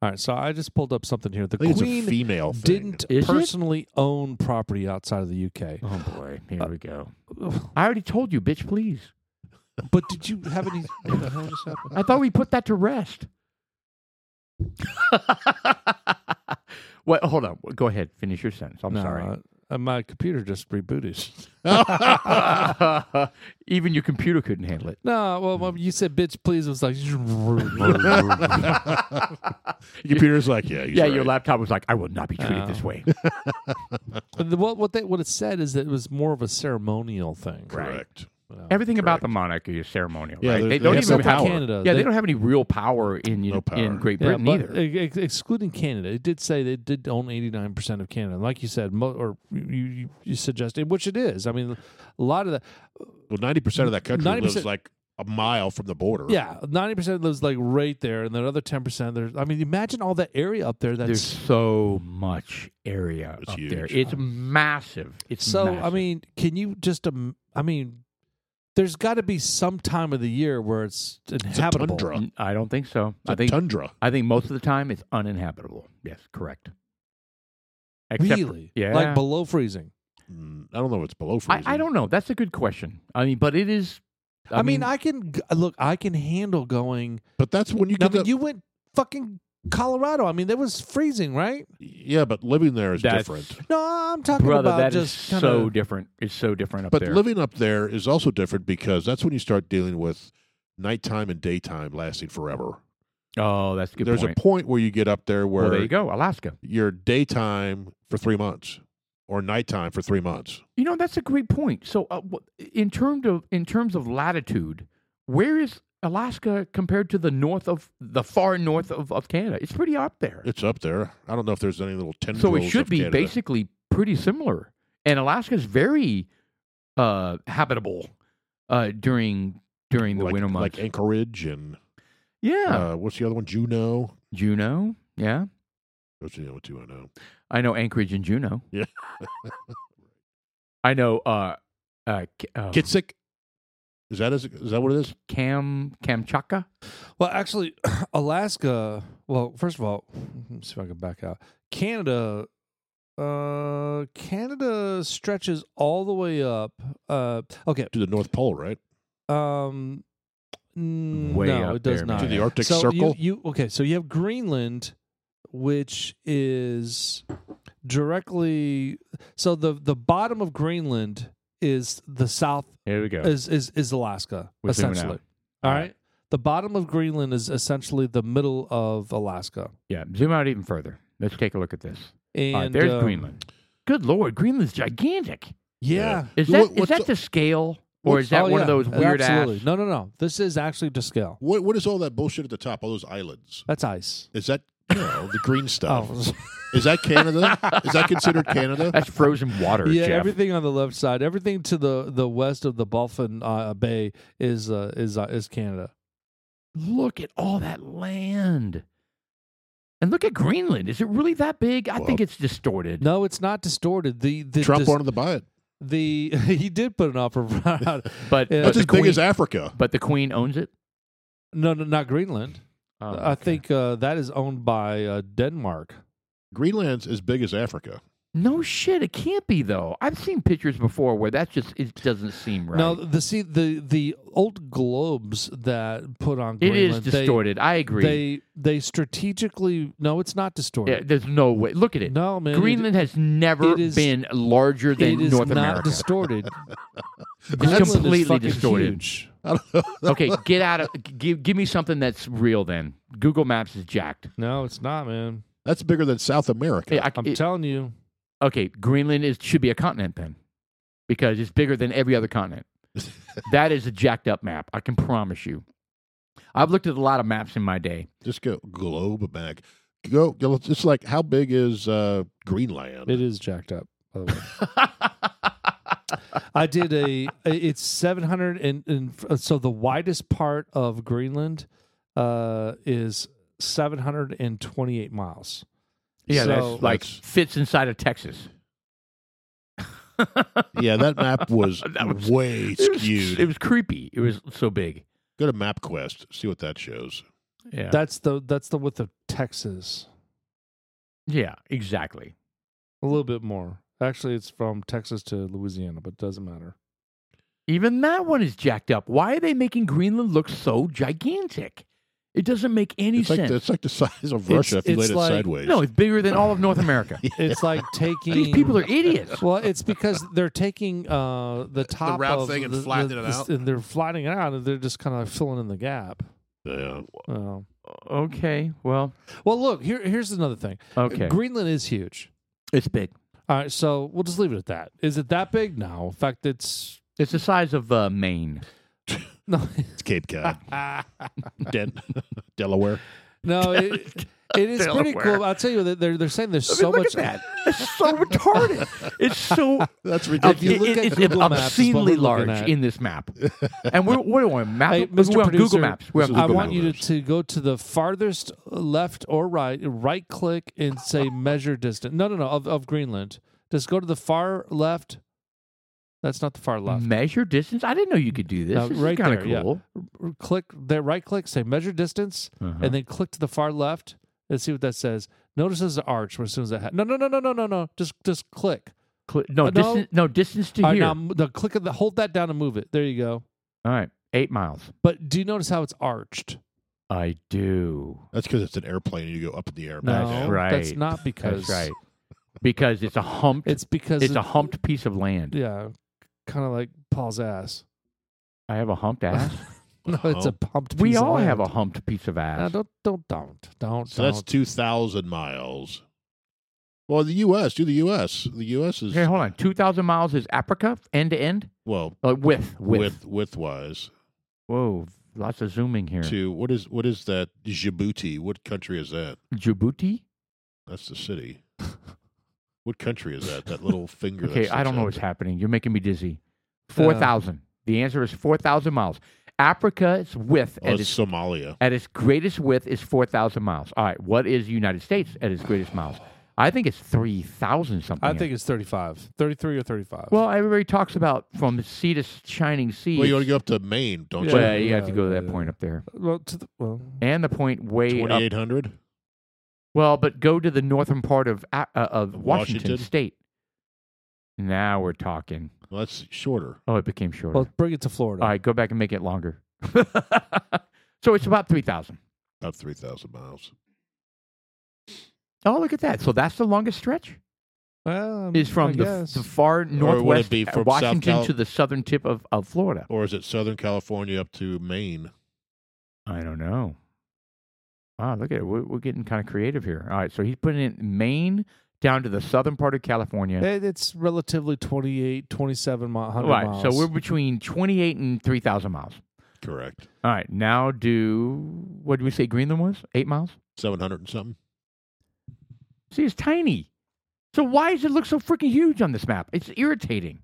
S3: All right, so I just pulled up something here. The
S2: I think
S3: Queen
S2: it's a female thing.
S3: didn't
S1: Is it?
S3: personally own property outside of the UK.
S1: oh boy, here we go. I already told you, bitch. Please,
S3: But did you have any? what the hell just happened?
S1: I thought we put that to rest. what? Hold on. Go ahead. Finish your sentence. I'm
S3: No,
S1: sorry.
S3: Uh, my computer just rebooted.
S1: Even your computer couldn't handle it.
S3: No, well, when you said bitch, please. It was like,
S2: Your computer's like, yeah, he's
S1: yeah,
S2: right.
S1: your laptop was like, I will not be treated
S3: Oh.
S1: this way.
S3: But the- what, what, they, what it said is that it was more of a ceremonial thing.
S2: correct.
S1: Everything about the monarchy is ceremonial,
S2: Yeah,
S1: right?
S2: they're-
S1: They
S2: they
S1: don't
S2: have
S1: even
S2: no
S1: have
S2: power.
S3: Canada.
S1: Yeah, they,
S3: They-
S1: don't have any real power in
S2: No power.
S1: in Great
S3: Yeah,
S1: Britain
S3: but
S1: either.
S3: ex- excluding Canada, it did say they did own eighty nine percent of Canada. And like you said, mo- or you, you, you suggested, which it is. I mean, a lot of that.
S2: Well, ninety percent of that country
S3: 90%
S2: lives like a mile from the border.
S3: Yeah, ninety percent lives like right there, and the other ten percent. There's, I mean, imagine all that area up there.
S1: There's
S3: That's
S1: so much area
S2: It's
S1: up there.
S2: huge.
S1: It's massive. It's
S3: so. I
S1: massive.
S3: mean, can you just? Um, I mean, there's got to be some time of the year where it's
S2: it's a
S3: inhabitable.
S2: tundra.
S1: N- I don't think so.
S2: It's
S1: I
S2: a
S1: think
S2: tundra.
S1: I think most of the time it's uninhabitable. Yes, correct. Except-
S3: really?
S1: yeah.
S3: Like below freezing.
S2: Mm, I don't know. if It's below
S1: I,
S2: freezing.
S1: I don't know. That's a good question. I mean, but it is.
S3: I, mean, I can g- look. I can handle going.
S2: But that's when you
S3: I
S2: get
S3: mean,
S2: that.
S3: you went fucking Colorado. I mean, that was freezing, right?
S2: yeah, but living there is
S1: That's-
S2: different.
S3: No, I'm talking
S1: brother,
S3: about
S1: that is
S3: just kinda,
S1: so different. It's so different up
S2: But
S1: there.
S2: living up there is also different because that's when you start dealing with nighttime and daytime lasting forever.
S1: oh, that's a good.
S2: There's
S1: point.
S2: a point where you get up there where
S1: well, there you go, Alaska.
S2: you're daytime for three months or nighttime for three months.
S1: You know, that's a great point. So, uh, wh- in terms of in terms of latitude, where is Alaska compared to the north of the far north of, of Canada? It's pretty up there.
S2: It's up there. I don't know if there's any little tendrils.
S1: so it should
S2: of
S1: be
S2: Canada.
S1: basically pretty similar. And Alaska's very uh, habitable uh, during during the
S2: like,
S1: winter months.
S2: like Anchorage and
S1: yeah,
S2: uh, what's the other one? Juneau.
S1: Juneau. Yeah,
S2: Those are the only two I know.
S1: I know Anchorage and Juneau.
S2: Yeah.
S1: I know. Uh, uh, K- uh,
S2: Kitsick. Is that is, is that what it is?
S1: Cam Kamchatka.
S3: Well, actually, Alaska. Well, first of all, let me see if I can back out. Canada. Uh, Canada stretches all the way up. Uh, okay.
S2: To the North Pole, right?
S3: Um, n-
S1: Way
S3: no,
S1: up
S3: it does
S1: there,
S3: not.
S2: To the
S1: yeah.
S2: Arctic
S3: so
S2: Circle.
S3: You, you okay? So you have Greenland, which is directly. So the the bottom of Greenland is the south
S1: Here we go.
S3: is is is Alaska
S1: We're zooming
S3: essentially.
S1: out.
S3: All
S1: All
S3: right. The bottom of Greenland is essentially the middle of Alaska.
S1: Yeah, zoom out even further. Let's take a look at this.
S3: And
S1: All right, there's
S3: um,
S1: Greenland. Good lord, Greenland's gigantic.
S3: Yeah.
S1: Is
S2: What-
S1: that is
S2: what's
S1: that to
S2: the-
S1: scale, or is
S3: Oh,
S1: that one
S3: yeah,
S1: of those weird
S3: absolutely.
S1: ass?
S3: No, no, no. This is actually to scale.
S2: What what is all that bullshit at the top? All those islands.
S3: That's ice.
S2: Is that no the green stuff?
S3: Oh.
S2: Is that Canada? is that considered Canada?
S1: That's frozen water,
S3: Yeah,
S1: Jeff.
S3: everything on the left side, everything to the, the west of the Baffin uh, Bay is uh, is uh, is Canada.
S1: Look at all that land, and look at Greenland. Is it really that big? I
S2: Well-
S1: think it's distorted.
S3: No, it's not distorted. The the
S2: Trump
S3: dis-
S2: wanted to buy it.
S3: the he did put an offer
S1: but
S3: out. Yeah.
S1: but
S2: That's
S1: the
S2: as
S1: queen,
S2: big as Africa.
S1: but the queen owns it.
S3: No, no, not Greenland.
S1: Oh,
S3: I
S1: okay.
S3: think uh, that is owned by uh, Denmark.
S2: Greenland's as big as Africa.
S1: no shit. It can't be though. I've seen pictures before where that just it doesn't seem right.
S3: No, the see the the old globes that put on
S1: it
S3: Greenland
S1: is distorted. I agree.
S3: They, they they strategically no, it's not
S1: yeah,
S3: distorted.
S1: there's no way. Look at it.
S3: no man, it-
S1: Greenland has never
S3: it is-
S1: been larger
S3: it
S1: than
S3: is
S1: North
S3: not
S1: America.
S3: distorted.
S1: it's
S3: Greenland is
S1: completely
S3: fucking
S1: distorted.
S3: huge.
S2: I don't know.
S1: okay, get out of. Give give me something that's real. Then Google Maps is jacked.
S3: No, it's not, man.
S2: That's bigger than South America.
S1: Hey, I-
S3: I'm
S1: it-
S3: telling you.
S1: okay, Greenland is should be a continent then, because it's bigger than every other continent. that is a jacked up map. I can promise you. I've looked at a lot of maps in my day.
S2: Just go globe back. Go. go- It's just like how big is uh, Greenland?
S3: It is jacked up. By the way. I did a. It's seven hundred and, and so the widest part of Greenland uh, is seven hundred and twenty-eight miles.
S1: Yeah,
S3: So-
S1: that's like
S2: That's-
S1: fits inside of Texas.
S2: Yeah, that map was,
S1: That was-
S2: way
S1: It was,
S2: skewed.
S1: it was creepy. It was so big.
S2: go to MapQuest. See what that shows.
S1: Yeah.
S3: That's the that's the width of Texas.
S1: yeah. Exactly.
S3: A little bit more. Actually, it's from Texas to Louisiana, but it doesn't matter.
S1: Even that one is jacked up. Why are they making Greenland look so gigantic? It doesn't make any
S2: It's like,
S1: sense.
S2: the, it's like the size of
S3: It's-
S2: Russia if you
S3: it's
S2: laid
S3: like-
S2: it sideways.
S1: no, it's bigger than all of North America.
S3: It's like taking
S1: These people are idiots.
S3: Well, it's because they're taking uh, the top
S4: round
S3: of
S4: thing and
S3: the-
S4: flattening
S3: the-
S4: it
S3: the-
S4: out?
S3: and they're flattening it out, and they're just kind of filling in the gap.
S2: Yeah.
S3: Oh.
S1: Okay, well,
S3: Well, look here. Here's another thing.
S1: okay,
S3: Greenland is huge.
S1: it's big.
S3: All right, so we'll just leave it at that. Is it that big? No. In fact, it's
S1: It's the size of uh, Maine.
S3: no,
S2: It's Cape Cod,
S3: no.
S2: Den- Delaware.
S3: It, it is pretty
S1: Delaware.
S3: cool. I'll tell you, they're they're saying there's
S1: I mean,
S3: so
S1: look
S3: much.
S1: at that. It's so retarded. It's so
S2: That's
S3: If
S2: ridiculous.
S3: you
S1: it-
S3: look
S1: it-
S3: at
S1: it's
S3: Google Maps, is what
S1: obscenely
S3: we're looking
S1: large
S3: at.
S1: in this map. And we're, we're on map.
S3: Hey,
S1: we're
S3: Mr.
S1: on
S3: Producer,
S1: Google Maps. We're on
S2: this is
S1: Google
S3: I
S2: Google
S3: want you to,
S2: Maps.
S3: to go to the farthest left or right, right click and say measure distance. No, no, no, of, of Greenland. Just go to the far left. That's not the far left.
S1: Measure distance. I didn't know you could do this.
S3: No,
S1: this
S3: right
S1: is kind
S3: there,
S1: of
S3: yeah.
S1: cool.
S3: R- Click there, right click, say measure distance,
S1: Uh-huh.
S3: and then click to the far left and see what that says. Notice there's an arch as soon as that ha- No, no, no, no, no, no, no. Just just click.
S1: Cl- no,
S3: uh, no.
S1: distance, no distance to
S3: All right,
S1: here.
S3: now m- the click of the hold that down and move it. There you go.
S1: All right, eight miles.
S3: But do you notice how it's arched?
S1: I do.
S2: That's because it's an airplane and you go up in the air.
S3: No,
S1: That's right.
S3: That's not because
S1: That's right. Because it's a humped. It's,
S3: It's because
S1: a humped piece of land.
S3: yeah, kind of like Paul's ass.
S1: I have a humped ass.
S3: No, it's a pumped.
S1: we
S3: piece of
S1: all
S3: land.
S1: have a humped piece of ass.
S3: No, don't don't don't don't.
S2: So that's
S3: don't.
S2: 2,000 miles. Well, the U.S., do the U.S. The U.S. is,
S1: Hey, hold on. Two thousand miles is Africa end to end.
S2: well,
S1: Uh, width, width.
S2: width, width-wise
S1: Whoa, lots of zooming here.
S2: to, what is what is that? Djibouti. What country is that?
S1: Djibouti.
S2: That's the city. what country is that? That little finger. that
S1: Okay, I
S2: sticks
S1: don't know
S2: out
S1: what's
S2: there.
S1: happening. You're making me dizzy. Four
S3: Yeah.
S1: thousand. The answer is four thousand miles. Africa's width
S2: Oh,
S1: at
S2: it's
S1: its
S2: Somalia.
S1: at its greatest width is four thousand miles. All right, what is the United States at its greatest miles? I think it's three thousand something.
S3: I think it's 35. 33 or 35.
S1: Well, everybody talks about from sea to shining sea.
S2: Well, you want to go up to Maine, don't
S1: Well,
S3: Yeah,
S2: you?
S1: you have to
S3: yeah,
S1: go to that
S3: yeah.
S1: point up there,
S3: well, to the, well
S1: and the point way up.
S2: 2,800?
S1: Well, but go to the northern part of A- uh, of Washington,
S2: Washington?
S1: State. Now we're talking.
S2: Well, that's shorter.
S1: Oh, it became shorter.
S3: well, bring it to Florida.
S1: All right, go back and make it longer. so it's about three thousand.
S2: About 3,000 miles.
S1: Oh, look at that! So that's the longest stretch.
S2: Um,
S3: Well, um,
S1: Is
S3: I
S1: from the,
S3: guess.
S1: the far northwest uh,
S2: be from South
S1: Washington
S2: Cal-
S1: to the southern tip of, of Florida.
S2: Or is it Southern California up to Maine?
S1: I don't know. Wow, look at it. We're, we're getting kind of creative here. All right, so he's putting it in Maine down to the southern part of California.
S3: It- it's relatively 28, 27 mi- 100
S1: right,
S3: miles.
S1: so we're between 28 and 3,000 miles.
S2: Correct.
S1: All right, now do, what did we say Greenland was? Eight miles?
S2: 700 and something?
S1: See, it's tiny. So why does it look so freaking huge on this map? It's irritating.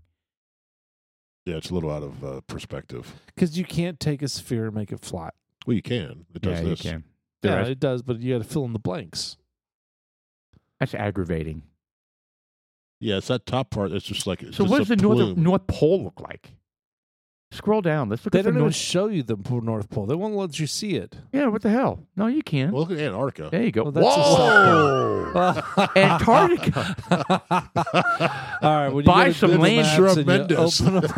S2: Yeah, it's a little out of uh, perspective.
S3: because you can't take a sphere and make it flat.
S2: Well, you can. It does
S1: yeah,
S2: this.
S1: you can.
S3: Yeah,
S1: Theoret-
S3: it does, but you got to fill in the blanks.
S1: That's aggravating.
S2: Yeah, it's that top part that's just like it's
S1: So
S2: just
S1: what
S2: a
S1: does the north,
S2: plume.
S1: north Pole look like? Scroll down. Let's look
S3: They
S1: at the
S3: don't even
S1: north.
S3: show you the po- North Pole. They won't let you see it.
S1: yeah, what the hell? No, you can.
S2: Well, look at Antarctica.
S1: there you go.
S3: Well, that's a Oh!
S1: Whoa! Antarctica.
S3: All right, when you
S1: Buy
S3: go to
S1: some
S3: Google
S1: land.
S3: Maps and you
S2: Tremendous.
S3: open up
S1: Dude,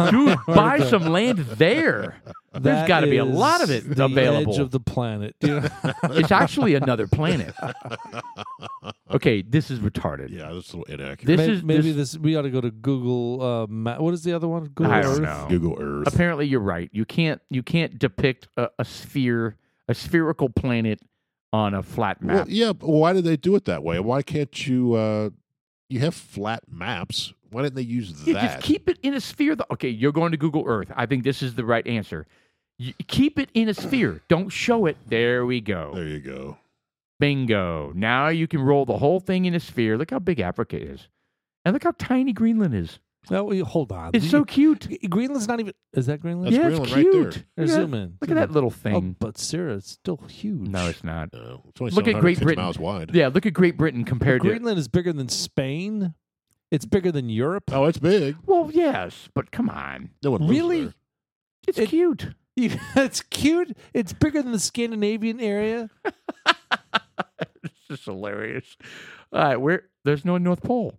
S1: buy
S3: Antarctica.
S1: some land there. There's
S3: That
S1: got to be a
S3: is
S1: lot of it
S3: the
S1: available.
S3: Edge of the planet. You know?
S1: it's actually another planet. Okay, this is retarded.
S2: Yeah, that's a little inaccurate.
S1: This
S3: May-
S1: is
S3: maybe
S1: this,
S3: this, We ought to go to Google. Uh, Ma- what is the other one? Google
S1: I
S3: Earth?
S1: don't know.
S2: Google Earth.
S1: Apparently, you're right. You can't you can't depict a, a sphere, a spherical planet on a flat
S2: Well,
S1: map.
S2: yeah, but why did they do it that way? Why can't you? Uh, you have flat maps. Why didn't they use
S1: you
S2: that?
S1: just keep it in a sphere. Though. Okay, you're going to Google Earth. I think this is the right answer. You, keep it in a sphere. Don't show it. There we go.
S2: there you go.
S1: Bingo. Now you can roll the whole thing in a sphere. Look how big Africa is. And look how tiny Greenland is.
S3: No, wait, hold on.
S1: It's
S3: You-
S1: so cute.
S3: G- Greenland's not even. Is that Greenland?
S2: That's
S1: yeah,
S2: Greenland
S1: it's
S2: right there.
S1: cute.
S3: Or
S1: Yeah,
S3: Zoom in.
S1: Look at that little thing.
S3: Oh, but Sarah, it's still huge.
S1: no, it's not.
S2: No, it's only
S1: Look at Great
S2: 750
S1: Britain.
S2: miles wide.
S1: Yeah, look at Great Britain compared to.
S3: Greenland is bigger than Spain. It's bigger than Europe.
S2: Oh, it's big.
S1: Well, yes, but come on.
S2: No one lives
S3: Really?
S2: there.
S1: It's
S3: It-
S1: cute.
S3: You- it's cute. It's bigger than the Scandinavian area.
S1: It's just hilarious. All right, where there's no North Pole.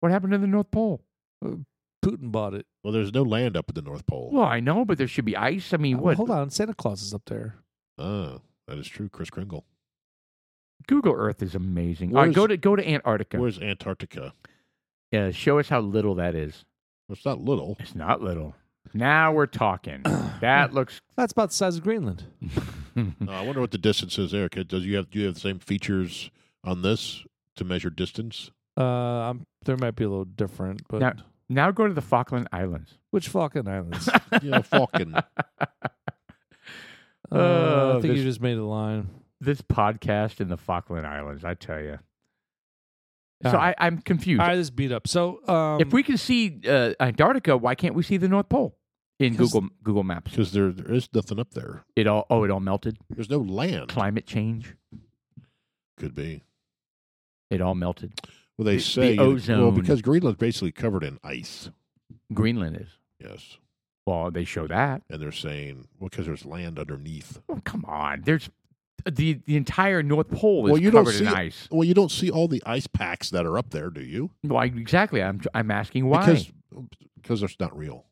S1: What happened to the North Pole?
S3: Putin bought it.
S2: Well, there's no land up at the North Pole.
S1: Well, I know, but there should be ice. I mean,
S3: Uh,
S1: what?
S3: Hold on, Santa Claus is up there.
S2: Oh, That is true. Chris Kringle.
S1: Google Earth is amazing. All right,
S2: Where's-
S1: go to go to Antarctica.
S2: Where's Antarctica?
S1: Yeah, show us how little that is.
S2: It's not little.
S1: It's not little. Now we're talking. that looks.
S3: That's about the size of Greenland.
S2: No, Uh, I wonder what the distance is, Eric. Does you have do you have the same features on this to measure distance?
S3: Uh, I'm, there might be a little different, but
S1: Now- now go to the Falkland Islands.
S3: which Falkland Islands?
S2: Yeah, Falcon.
S3: Uh,
S1: Oh,
S3: I think
S1: this-
S3: you just made a line.
S1: This podcast in the Falkland Islands, I tell you. So
S3: All
S1: Uh, I,
S3: right.
S1: I'm confused.
S3: All right, this beat up. So, um,
S1: if we can see uh, Antarctica, why can't we see the North Pole in
S3: 'Cause-
S1: Google Google Maps?
S2: Because there there is nothing up there.
S1: It all oh, it all melted.
S2: There's no land.
S1: Climate change.
S2: Could be.
S1: It all melted.
S2: Well, they
S1: The-
S2: say
S1: the
S2: well
S1: ozone.
S2: because Greenland's basically covered in ice.
S1: Greenland is.
S2: Yes,
S1: Well, they show that.
S2: and they're saying well because there's land underneath.
S1: Oh, come on. There's the the entire North Pole is
S2: Well, you don't
S1: covered in
S2: see it.
S1: ice.
S2: Well, you don't see all the ice packs that are up there, do you?
S1: Why exactly? I'm I'm asking why.
S2: Because because it's not real.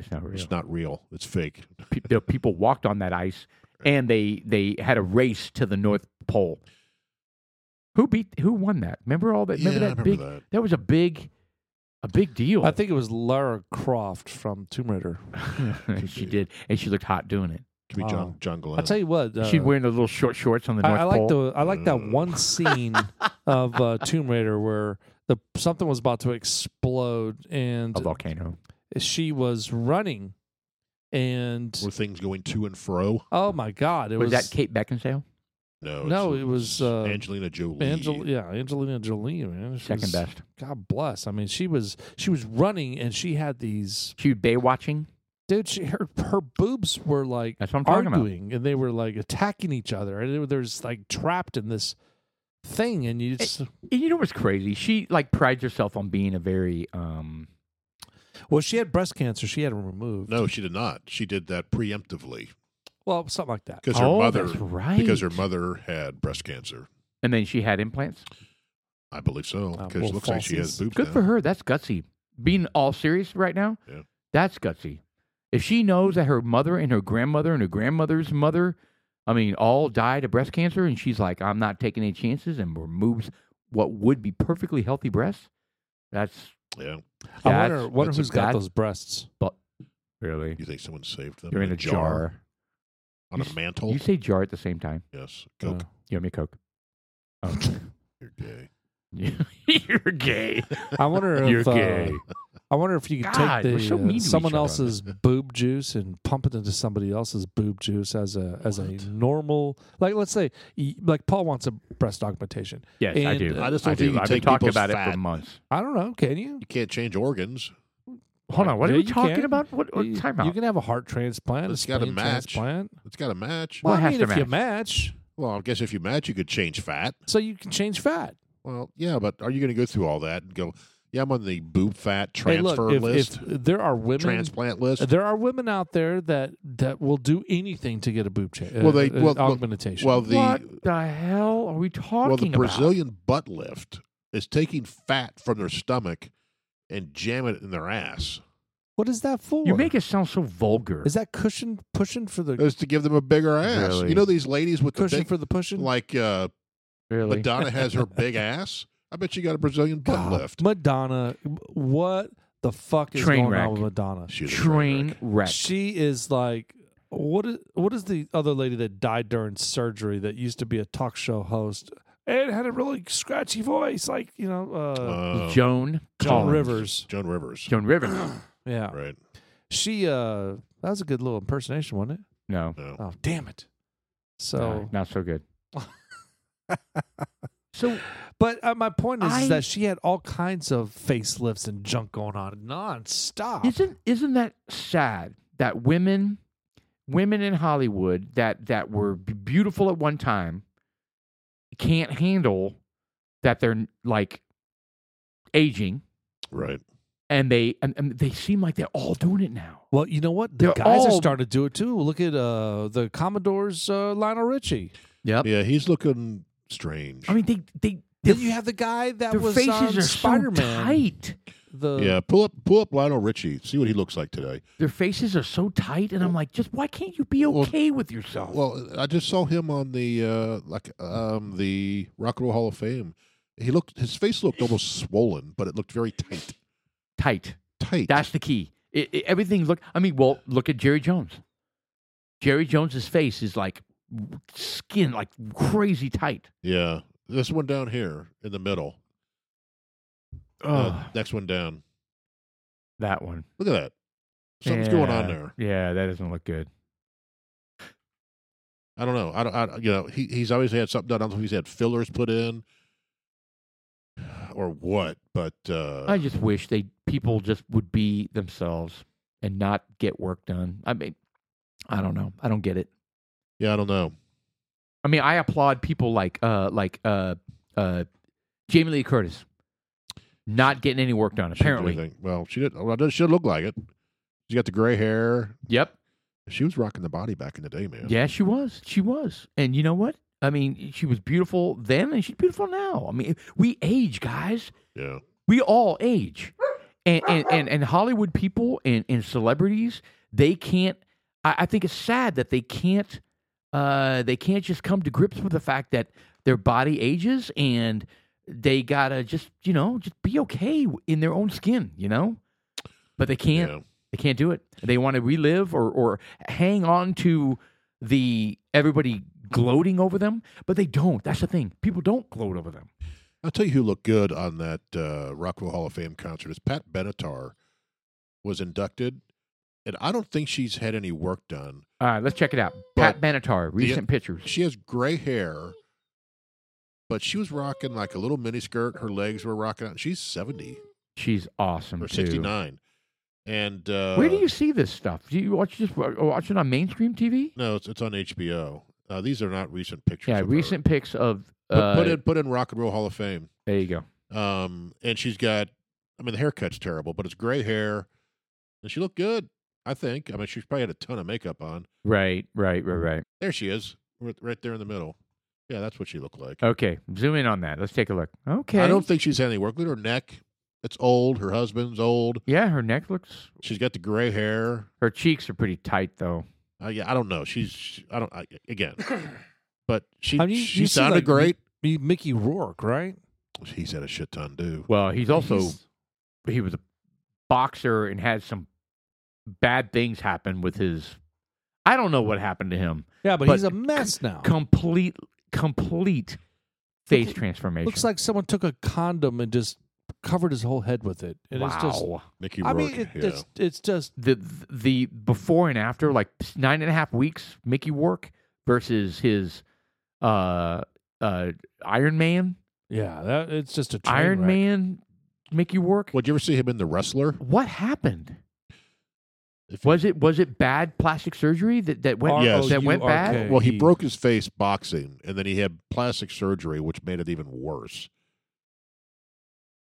S1: it's not real.
S2: It's not real. It's fake.
S1: Pe- the people walked on that ice and they they had a race to the North Pole. Who beat who won that? Remember all that remember
S2: yeah, I
S1: that
S2: remember
S1: big
S2: that.
S1: was a big a big deal.
S3: I think it was Lara Croft from Tomb Raider.
S1: she did. And she looked hot doing it.
S2: Could be
S3: Oh.
S2: John John
S3: I'll
S2: Glenn.
S3: tell you what. Uh,
S1: She's wearing the little short shorts on the
S3: I,
S1: North
S3: I like
S1: Pole.
S3: the I like that
S2: Uh.
S3: one scene of uh, Tomb Raider where the something was about to explode and
S1: a volcano.
S3: she was running, and
S2: Were things going to and fro?
S3: oh my god, it
S1: Was,
S3: was,
S1: that Kate Beckinsale?
S2: No,
S3: No,
S2: it's-
S3: it was,
S2: it's
S3: uh,
S2: Angelina Jolie.
S3: Angel- yeah, Angelina Jolie, man. She
S1: Second
S3: was-
S1: best.
S3: God bless. I mean, she was she was running and she had these
S1: She was Baywatching.
S3: dude. She, her her boobs were like
S1: That's what I'm talking about.
S3: arguing and they were like attacking each other and they were, they were just like trapped in this thing and you just
S1: And you know what's crazy? She like prides herself on being a very um
S3: well she had breast cancer she had it removed
S2: No, she did not. She did that preemptively
S3: well something like that
S2: because her
S1: oh,
S2: mother
S1: that's right.
S2: because her mother had breast cancer.
S1: and then she had implants.
S2: I believe so
S1: Oh,
S3: Uh,
S2: because
S3: well,
S2: it looks like she has
S3: falsies.
S2: boobs.
S1: Good
S2: now.
S1: for her. That's gutsy. Being all serious right now,
S2: Yeah.
S1: that's gutsy. If she knows that her mother and her grandmother and her grandmother's mother, I mean, all died of breast cancer, and she's like, I'm not taking any chances and removes what would be perfectly healthy breasts, that's
S3: I
S2: Yeah,
S1: That's-
S3: wonder wonder
S2: that's
S3: who's
S2: a
S3: got
S1: bad-
S3: those breasts
S1: really.
S2: you think someone saved them?
S1: You're in a jar.
S2: on
S1: You
S2: a
S1: s-
S2: mantle.
S1: You say jar at the same time.
S2: yes, Coke.
S3: Uh,
S1: You owe me a Coke. Oh.
S2: You're gay.
S1: You're gay.
S3: I wonder if
S1: You're
S3: uh,
S1: gay.
S3: I wonder if you could
S1: God,
S3: take
S1: we're
S3: the,
S1: so
S3: uh,
S1: mean to each
S3: someone
S1: other.
S3: else's boob juice and pump it into somebody else's boob juice as a as
S2: What?
S3: a normal like let's say y- like Paul wants a breast augmentation.
S1: Yes, I
S3: And,
S1: do.
S3: uh,
S2: I just don't think
S1: do.
S2: you
S1: I've been
S2: take
S1: talking
S2: people's
S1: about it for
S2: fat.
S1: months.
S3: I don't know. Can you?
S2: You can't change organs.
S1: Hold on. What
S3: Yeah,
S1: are we
S3: you
S1: talking
S3: can.
S1: about? What, what
S3: You-
S1: time
S3: You can have a heart transplant.
S2: It's
S3: a
S2: gotta
S3: spleen
S2: match.
S3: Transplant.
S2: It's got to match.
S1: Well,
S3: Well,
S1: it has
S3: I mean,
S1: to
S3: if you match,
S2: Well, I guess if you match, you could change fat.
S3: so you can change fat.
S2: Well, yeah, but are you going to go through all that and go? Yeah, I'm on the boob fat
S3: Hey,
S2: transfer
S3: look, if,
S2: list,
S3: if there are women,
S2: transplant list.
S3: there are women out there that that will do anything to get a boob change.
S2: Well, they- well, well,
S3: augmentation.
S2: Well, the
S1: what the hell are we talking
S2: well the
S1: about?
S2: Brazilian butt lift is taking fat from their stomach and jamming it in their ass.
S3: what is that for?
S1: You make it sound so vulgar.
S3: Is that cushion pushing for the
S2: It's to give them a bigger ass.
S1: Really?
S2: You know these ladies with the
S3: cushion
S2: big,
S3: for the pushing?
S2: like uh,
S1: really?
S2: Madonna has her big ass. I bet she got a Brazilian butt
S3: God,
S2: lift.
S3: Ah, Madonna, what the fuck is
S1: Train
S3: going
S1: wreck.
S3: on with Madonna?
S2: She's a
S1: Train
S2: wreck.
S1: wreck.
S3: She is like what is what is the other lady that died during surgery that used to be a talk show host and had a really scratchy voice, like you know, uh,
S2: Uh,
S1: Joan
S3: Joan
S1: Collins.
S3: Rivers.
S2: Joan Rivers.
S1: Joan Rivers.
S3: Yeah,
S2: Right.
S3: she. uh That was a good little impersonation, wasn't it?
S1: No.
S2: No.
S3: Oh, damn it.
S1: no,
S3: So,
S1: not so good. so
S3: but uh, my point is, is
S1: I-
S3: that she had all kinds of facelifts and junk going on nonstop.
S1: isn't isn't that sad that women women in Hollywood that that were b- beautiful at one time can't handle that they're like aging
S2: Right.
S1: and they and, and they seem like they're all doing it now.
S3: Well, you know what? The
S1: They're
S3: guys are
S1: all-
S3: starting to do it too. Look at uh, the Commodore's uh, Lionel Richie.
S1: Yep.
S2: Yeah, he's looking strange.
S1: I mean they they
S3: Then you have the guy that
S1: their
S3: was um,
S1: faces
S3: on
S1: are
S3: Spider
S1: so
S3: Man.
S1: tight.
S3: the
S2: yeah, pull up pull up Lionel Richie. See what he looks like today.
S1: Their faces are so tight, and I'm like, just why can't you be
S2: Well-
S1: okay with yourself?
S2: Well, I just saw him on the uh like um the Rock and Roll Hall of Fame. He looked his face looked almost swollen, but it looked very tight.
S1: tight.
S2: Tight.
S1: That's the key. It, it- everything look. I mean, well, look at Jerry Jones. Jerry Jones's face is like skin, like crazy tight.
S2: yeah. This one down here in the middle. Uh,
S1: Ugh,
S2: next one down.
S1: that one.
S2: Look at that. Something's going on
S1: Yeah.
S2: there.
S1: Yeah, that doesn't look good.
S2: I don't know. I don't. I, you know, he he's always had something done. I don't know if he's had fillers put in or what, but uh,
S1: I just wish they people just would be themselves and not get work done. I mean, I don't know. I don't get it.
S2: yeah, I don't know.
S1: I mean, I applaud people like uh like uh uh Jamie Lee Curtis not getting any work done
S2: She didn't do
S1: apparently.
S2: anything. well, she did. Well, she did look like it. She got the gray hair.
S1: Yep.
S2: She was rocking the body back in the day, man.
S1: Yeah, she was. She was. And you know what? I mean, she was beautiful then and she's beautiful now. I mean, we age, guys.
S2: yeah.
S1: We all age. And and, and, and Hollywood people and, and celebrities, they can't I, I think it's sad that they can't uh they can't just come to grips with the fact that their body ages and they gotta just, you know, just be okay in their own skin, you know? But they can't.
S2: yeah.
S1: They can't do it. They want to relive or or hang on to the everybody gloating over them, but they don't. That's the thing. People don't gloat over them.
S2: I'll tell you who looked good on that uh, Rockwell Hall of Fame concert is Pat Benatar was inducted, and I don't think she's had any work done.
S1: All right, let's check it out. Pat
S2: But-
S1: Benatar, recent pictures.
S2: She has gray hair, but she was rocking like a little mini skirt. Her legs were rocking out. She's seventy
S1: She's awesome
S2: or
S1: too.
S2: sixty nine, and uh,
S1: Where do you see this stuff? Do you watch just uh, watch it on mainstream TV?
S2: No, it's, it's on HBO. Uh, these are not recent pictures.
S1: Yeah,
S2: of her.
S1: recent pics of.
S2: Put,
S1: Uh,
S2: put in put in Rock and Roll Hall of Fame.
S1: there you go.
S2: Um, and she's got, I mean, the haircut's terrible, but it's gray hair, and she looked good. I think. I mean, she's probably had a ton of makeup on.
S1: Right, right, right, right.
S2: There she is, right, right there in the middle. Yeah, that's what she looked like.
S1: Okay, zoom in on that. Let's take a look. Okay.
S2: I don't think she's had any work. Look at her neck; it's old. Her husband's old.
S1: yeah, her neck looks.
S2: She's got the gray hair.
S1: Her cheeks are pretty tight though.
S2: I, yeah, I don't know. She's she- I don't I, again, but she
S3: I mean, you-
S2: she
S3: you see,
S2: sounded
S3: like,
S2: great.
S3: Mi- Mickey Rourke, right?
S2: He's had a shit ton too.
S1: Well, he's also
S3: He's-
S1: he was a boxer and had some bad things happen with his I don't know what happened to him.
S3: yeah, but,
S1: but
S3: he's a mess now.
S1: Complete complete face
S3: Look-
S1: transformation.
S3: Looks like someone took a condom and just covered his whole head with it, and
S1: wow.
S3: it's just.
S2: Mickey
S3: I
S2: Rourke.
S3: mean, it,
S2: yeah.
S3: it's it's just
S1: the the before and after, like nine and a half weeks, Mickey Rourke versus his uh uh Iron Man.
S3: yeah, that it's just a train
S1: Iron
S3: wreck.
S1: Man Mickey Rourke.
S2: Would you ever see him in The Wrestler?
S1: What happened?
S2: If you-
S1: Was it was it bad plastic surgery that, that went
S2: Yes.
S1: that went bad?
S3: R-O-U-R-K.
S2: Well, he
S3: He-
S2: broke his face boxing, and then he had plastic surgery, which made it even worse.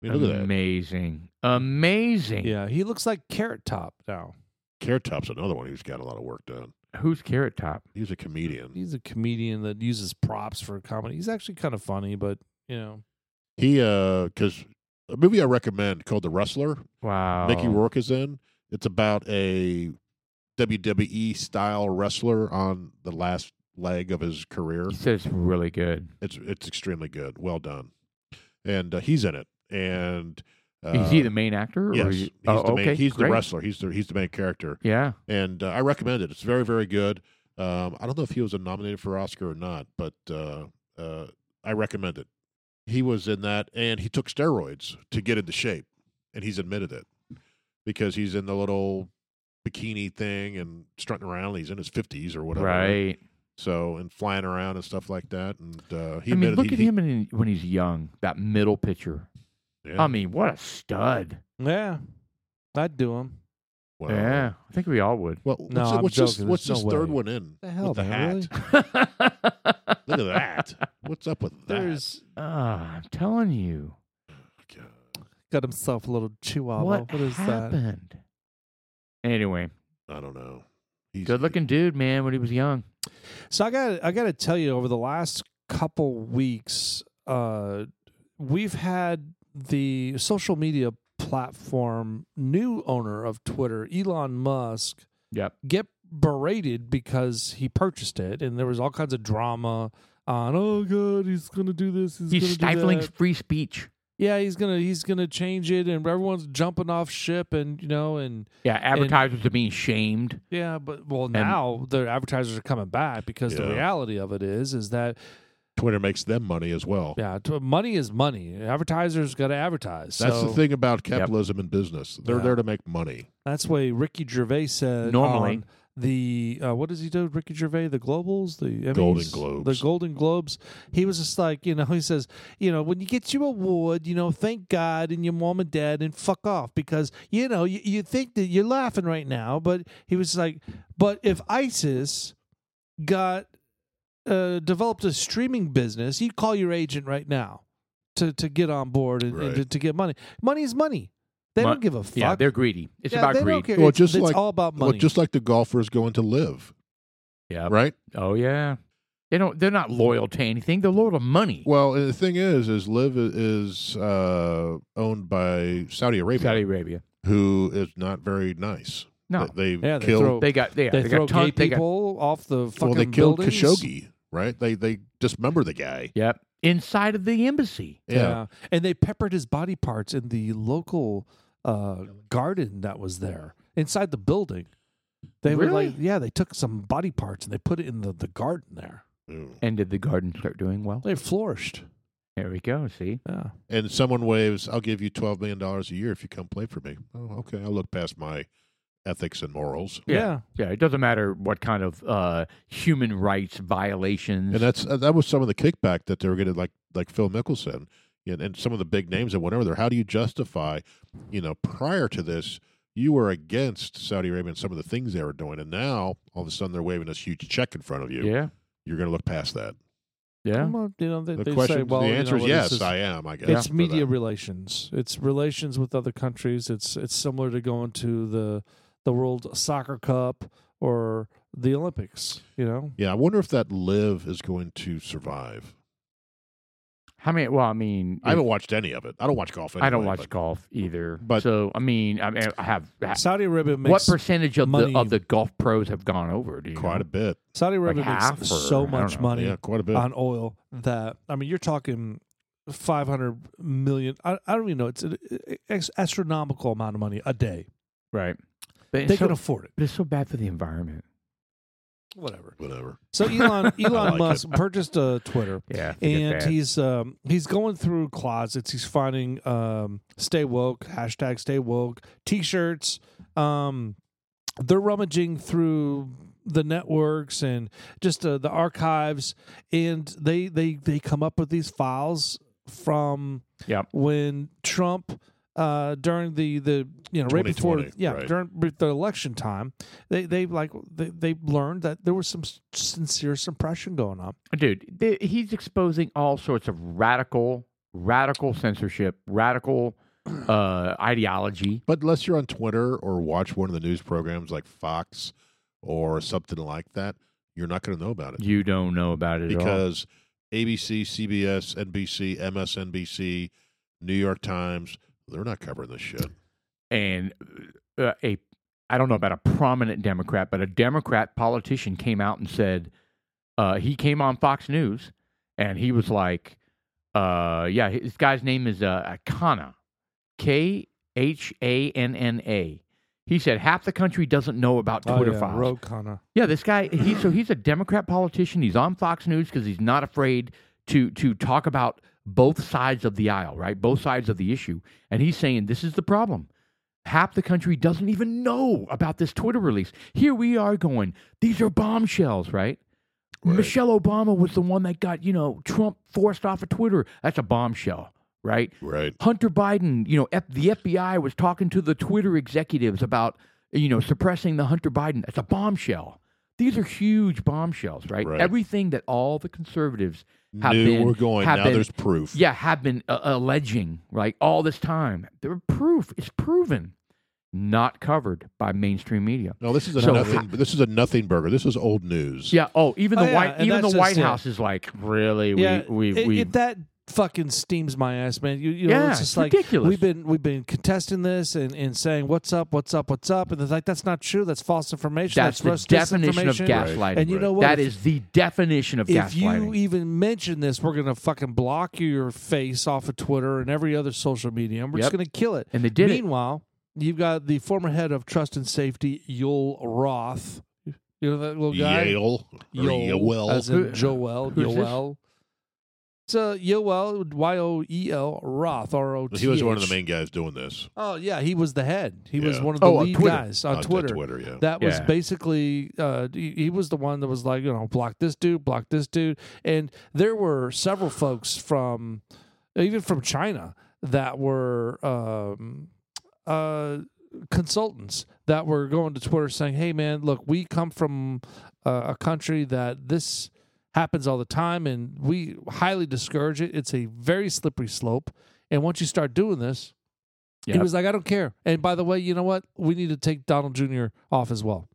S2: I mean, look at that.
S1: Amazing. Amazing.
S3: Yeah, he looks like Carrot Top now.
S2: Carrot Top's another one who's got a lot of work done.
S1: Who's Carrot Top?
S2: He's a comedian.
S3: He's a comedian that uses props for comedy. He's actually kind of funny, but you know,
S2: He, uh, because a movie I recommend called The Wrestler,
S1: Wow.
S2: Mickey Rourke is in. It's about a WWE style wrestler on the last leg of his career.
S1: He says it's really good.
S2: It's it's extremely good. Well done. And uh, he's in it. And uh,
S1: is he the main actor? Or
S2: Yes,
S1: is
S2: he's
S1: he- oh,
S2: the main.
S1: okay,
S2: he's
S1: great.
S2: the wrestler. He's the he's the main character,
S1: Yeah.
S2: and uh, I recommend it. It's very very good. Um, I don't know if he was nominated for Oscar or not, but uh, uh, I recommend it. He was in that, and he took steroids to get into shape, and he's admitted it because he's in the little bikini thing and strutting around. He's in his fifties or whatever,
S1: Right.
S2: So and flying around and stuff like that, and uh, he
S1: I mean,
S2: admitted
S1: look
S2: he-
S1: at
S2: he-
S1: him in, when he's young. That middle picture.
S2: Yeah,
S1: I
S3: Um,
S1: mean, what a stud.
S3: yeah, I'd do him.
S2: wow.
S1: Yeah. I think we all would.
S2: Well, what's,
S3: No,
S2: it-
S3: I'm
S2: what's this?
S3: joking.
S2: What's
S3: There's
S2: this
S3: no
S2: third
S3: way.
S2: one in?
S3: The hell,
S2: with the
S3: man,
S2: hat.
S3: really?
S1: Ah,
S2: Look at that. What's up with that?
S3: There's
S1: Ah, I'm telling you.
S2: God.
S3: got himself a little chihuahua. uh,
S1: what
S3: what is that?
S1: happened? Anyway,
S2: I don't know. He's
S1: good looking dude, man, when he was young.
S3: So I got I got to tell you, over the last couple weeks, uh, we've had the social media platform new owner of Twitter, Elon Musk,
S1: Yep.
S3: get berated because he purchased it, and there was all kinds of drama on. Oh God, he's gonna do this. He's,
S1: He's
S3: gonna
S1: stifling
S3: Do that.
S1: free speech.
S3: Yeah, he's gonna he's gonna change it, and everyone's jumping off ship, and you know, and
S1: Yeah, advertisers are being shamed.
S3: yeah, but well, now the advertisers are coming back because the
S2: Yeah.
S3: reality of it is is that
S2: Twitter makes them money as well.
S3: yeah, t- money is money. Advertisers got to advertise.
S2: That's
S3: so
S2: the thing about capitalism and business. They're
S3: Yeah.
S2: there to make money.
S3: That's why Ricky Gervais said
S1: Normally.
S3: on the uh, what does he do? Ricky Gervais, the Globals, the Emmys,
S2: Golden Globes.
S3: the Golden Globes. He was just like you know he says you know when you get your award you know thank God and your mom and dad and fuck off because you know you, you think that you're laughing right now but he was like but if ISIS got uh, developed a streaming business you'd call your agent right now to to get on board and, and
S2: Right.
S3: to, to get money money is money. They
S1: Mon-
S3: don't give a fuck.
S1: Yeah, they're greedy. It's
S3: Yeah,
S1: about
S3: they don't
S1: greed.
S3: care.
S2: Well,
S3: it's,
S2: just
S3: it's
S2: like-
S3: all about money.
S2: Well, just like the golfer is going to live,
S1: Yeah.
S2: right?
S1: Oh yeah. They don't. They're not loyal to anything. They're loyal to money.
S2: Well, and the thing is, is live i- is uh, owned by Saudi Arabia,
S1: Saudi Arabia.
S2: who is not very nice.
S1: No,
S2: they, they
S3: Yeah, they
S2: killed.
S3: throw-
S1: they got. They,
S3: they,
S1: they
S3: throw
S1: got ton,
S3: gay
S1: they got-
S3: people off the fucking
S2: well, they killed
S3: buildings.
S2: Khashoggi, right? They they dismember the guy.
S1: Yep. Inside of the embassy.
S2: Yeah.
S3: and they peppered his body parts in the local uh, garden that was there inside the building. They were
S1: Really?
S3: like, yeah, they took some body parts and they put it in the, the garden there.
S2: Ew.
S1: And did the garden start doing well?
S3: They flourished.
S1: There we go. See.
S3: Yeah,
S2: And someone waves, "I'll give you twelve million dollars a year if you come play for me." Oh, okay. I'll look past my ethics and morals,
S1: Yeah.
S3: yeah.
S1: Yeah. It doesn't matter what kind of uh, human rights violations.
S2: and that's uh, that was some of the kickback that they were getting, like like Phil Mickelson and, and some of the big names that went over there. How do you justify, you know, prior to this? You were against Saudi Arabia and some of the things they were doing, and now all of a sudden they're waving this huge check in front of you.
S1: yeah.
S2: You're going to look past that.
S1: Yeah.
S3: Well, you know, they,
S2: The
S3: they
S2: question,
S3: say, well,
S2: the
S3: you
S2: answer
S3: know, well,
S2: is yes,
S3: this is-
S2: I am. I guess
S3: it's
S2: for
S3: media
S2: that.
S3: relations. It's relations with other countries. It's it's similar to going to the the World Soccer Cup or the Olympics. You know,
S2: Yeah, I wonder if that live is going to survive.
S1: How many? Well, I mean,
S2: I haven't watched any of it. I don't watch golf. Anyway,
S1: I don't watch
S2: but-
S1: golf either.
S2: But-
S1: so I mean, I, mean, I have.
S3: Saudi Arabia makes
S1: what percentage of
S3: money-
S1: the of the golf pros have gone over? Do you
S2: Quite
S1: know?
S2: a bit.
S3: Saudi Arabia
S1: half or-
S3: makes so
S1: I don't
S3: much
S1: know.
S3: money
S2: Yeah, quite a bit.
S3: on oil that I mean, you're talking five hundred million. I, I don't even know. It's an ex- astronomical amount of money a day.
S1: right? But
S3: They
S1: it's so,
S3: can afford it.
S1: but it's so bad for the environment.
S3: Whatever.
S2: Whatever.
S3: So Elon Elon
S2: like it.
S3: Musk purchased uh, Twitter.
S1: Yeah,
S3: and he's um, he's going through closets. He's finding um, stay woke hashtag stay woke t-shirts. Um, they're rummaging through the networks and just uh, the archives, and they they they come up with these files from
S1: Yep.
S3: when Trump. Uh, during the the you know right before
S2: 2020,
S3: yeah
S2: right.
S3: during the election time they they like they, they learned that there was some s- sincere suppression going on
S1: Oh, dude. th- he's exposing all sorts of radical, radical censorship, radical uh, ideology.
S2: But unless you're on Twitter or watch one of the news programs like Fox or something like that, you're not going to know about it
S1: You don't know about it at all.
S2: because ABC, CBS, NBC, MSNBC, New York Times, they're not covering this shit.
S1: And uh, a, I don't know about a prominent Democrat, but a Democrat politician came out and said uh, he came on Fox News and he was like, uh, "Yeah, this guy's name is uh, Kana, K H A N N A." He said half the country doesn't know about
S3: Oh,
S1: Twitter files.
S3: Rogue Connor.
S1: Yeah, this guy. He so he's a Democrat politician. He's on Fox News because he's not afraid to to talk about both sides of the aisle, right? Both sides of the issue, and he's saying this is the problem. Half the country doesn't even know about this Twitter release. Here we are going. These are bombshells, right?
S2: Right.
S1: Michelle Obama was the one that got you know Trump forced off of Twitter. That's a bombshell, right?
S2: Right.
S1: Hunter Biden, you know, F- the FBI was talking to the Twitter executives about, you know, suppressing the Hunter Biden. That's a bombshell. These are huge bombshells, right?
S2: Right.
S1: Everything that all the conservatives have
S2: Knew
S1: been,
S2: we're going.
S1: have
S2: Now
S1: been-
S2: there's proof.
S1: yeah, have been uh, alleging, right, all this time. They're proof. It's proven. Not covered by mainstream media.
S2: No, this is a
S1: So-
S2: nothing. This is a nothing burger. This is old news.
S1: Yeah. Oh, even the
S3: Oh, yeah,
S1: white,
S3: and
S1: even
S3: that's
S1: the
S3: just
S1: White
S3: it.
S1: House is like, really, we, we,
S3: it-
S1: we.
S3: it- that fucking steams my ass, man. You, you know,
S1: Yeah,
S3: it's just
S1: it's
S3: like
S1: ridiculous.
S3: we've been we've been contesting this and, and saying what's up, what's up, what's up, and it's like that's not true. That's false information.
S1: That's the
S3: Russ
S1: definition of
S3: disinformation.
S1: gaslighting.
S3: And you know what?
S1: That
S3: If-
S1: is the definition of
S3: If you
S1: gaslighting.
S3: even mention this, we're gonna fucking block your face off of Twitter and every other social media, and we're just
S1: Yep.
S3: gonna kill it.
S1: and they did it.
S3: Meanwhile, you've got the former head of trust and safety, Yul Roth. You know that little guy?
S2: Yale. or
S3: Yoel, as
S2: Yoel.
S3: in
S1: Who-
S3: Joel,
S1: who's this?
S3: Yoel. It's uh, Yoel, Y-O-E-L, E Roth, R-O-T-H.
S2: He was one of the main guys doing this
S3: Oh, yeah, he was the head. He was
S2: Yeah.
S3: one of the
S1: Oh, on
S3: lead
S1: Twitter.
S3: guys on,
S2: on
S3: Twitter.
S2: Twitter, yeah.
S3: That was
S1: Yeah.
S3: basically, uh, he he was the one that was like, you know, block this dude, block this dude. And there were several folks from, even from China, that were um, uh, consultants that were going to Twitter saying, hey, man, look, we come from uh, a country that this happens all the time and we highly discourage it. It's a very slippery slope. And once you start doing this, he
S1: Yep.
S3: was like, I don't care. And by the way, you know what? We need to take Donald Jr. off as well.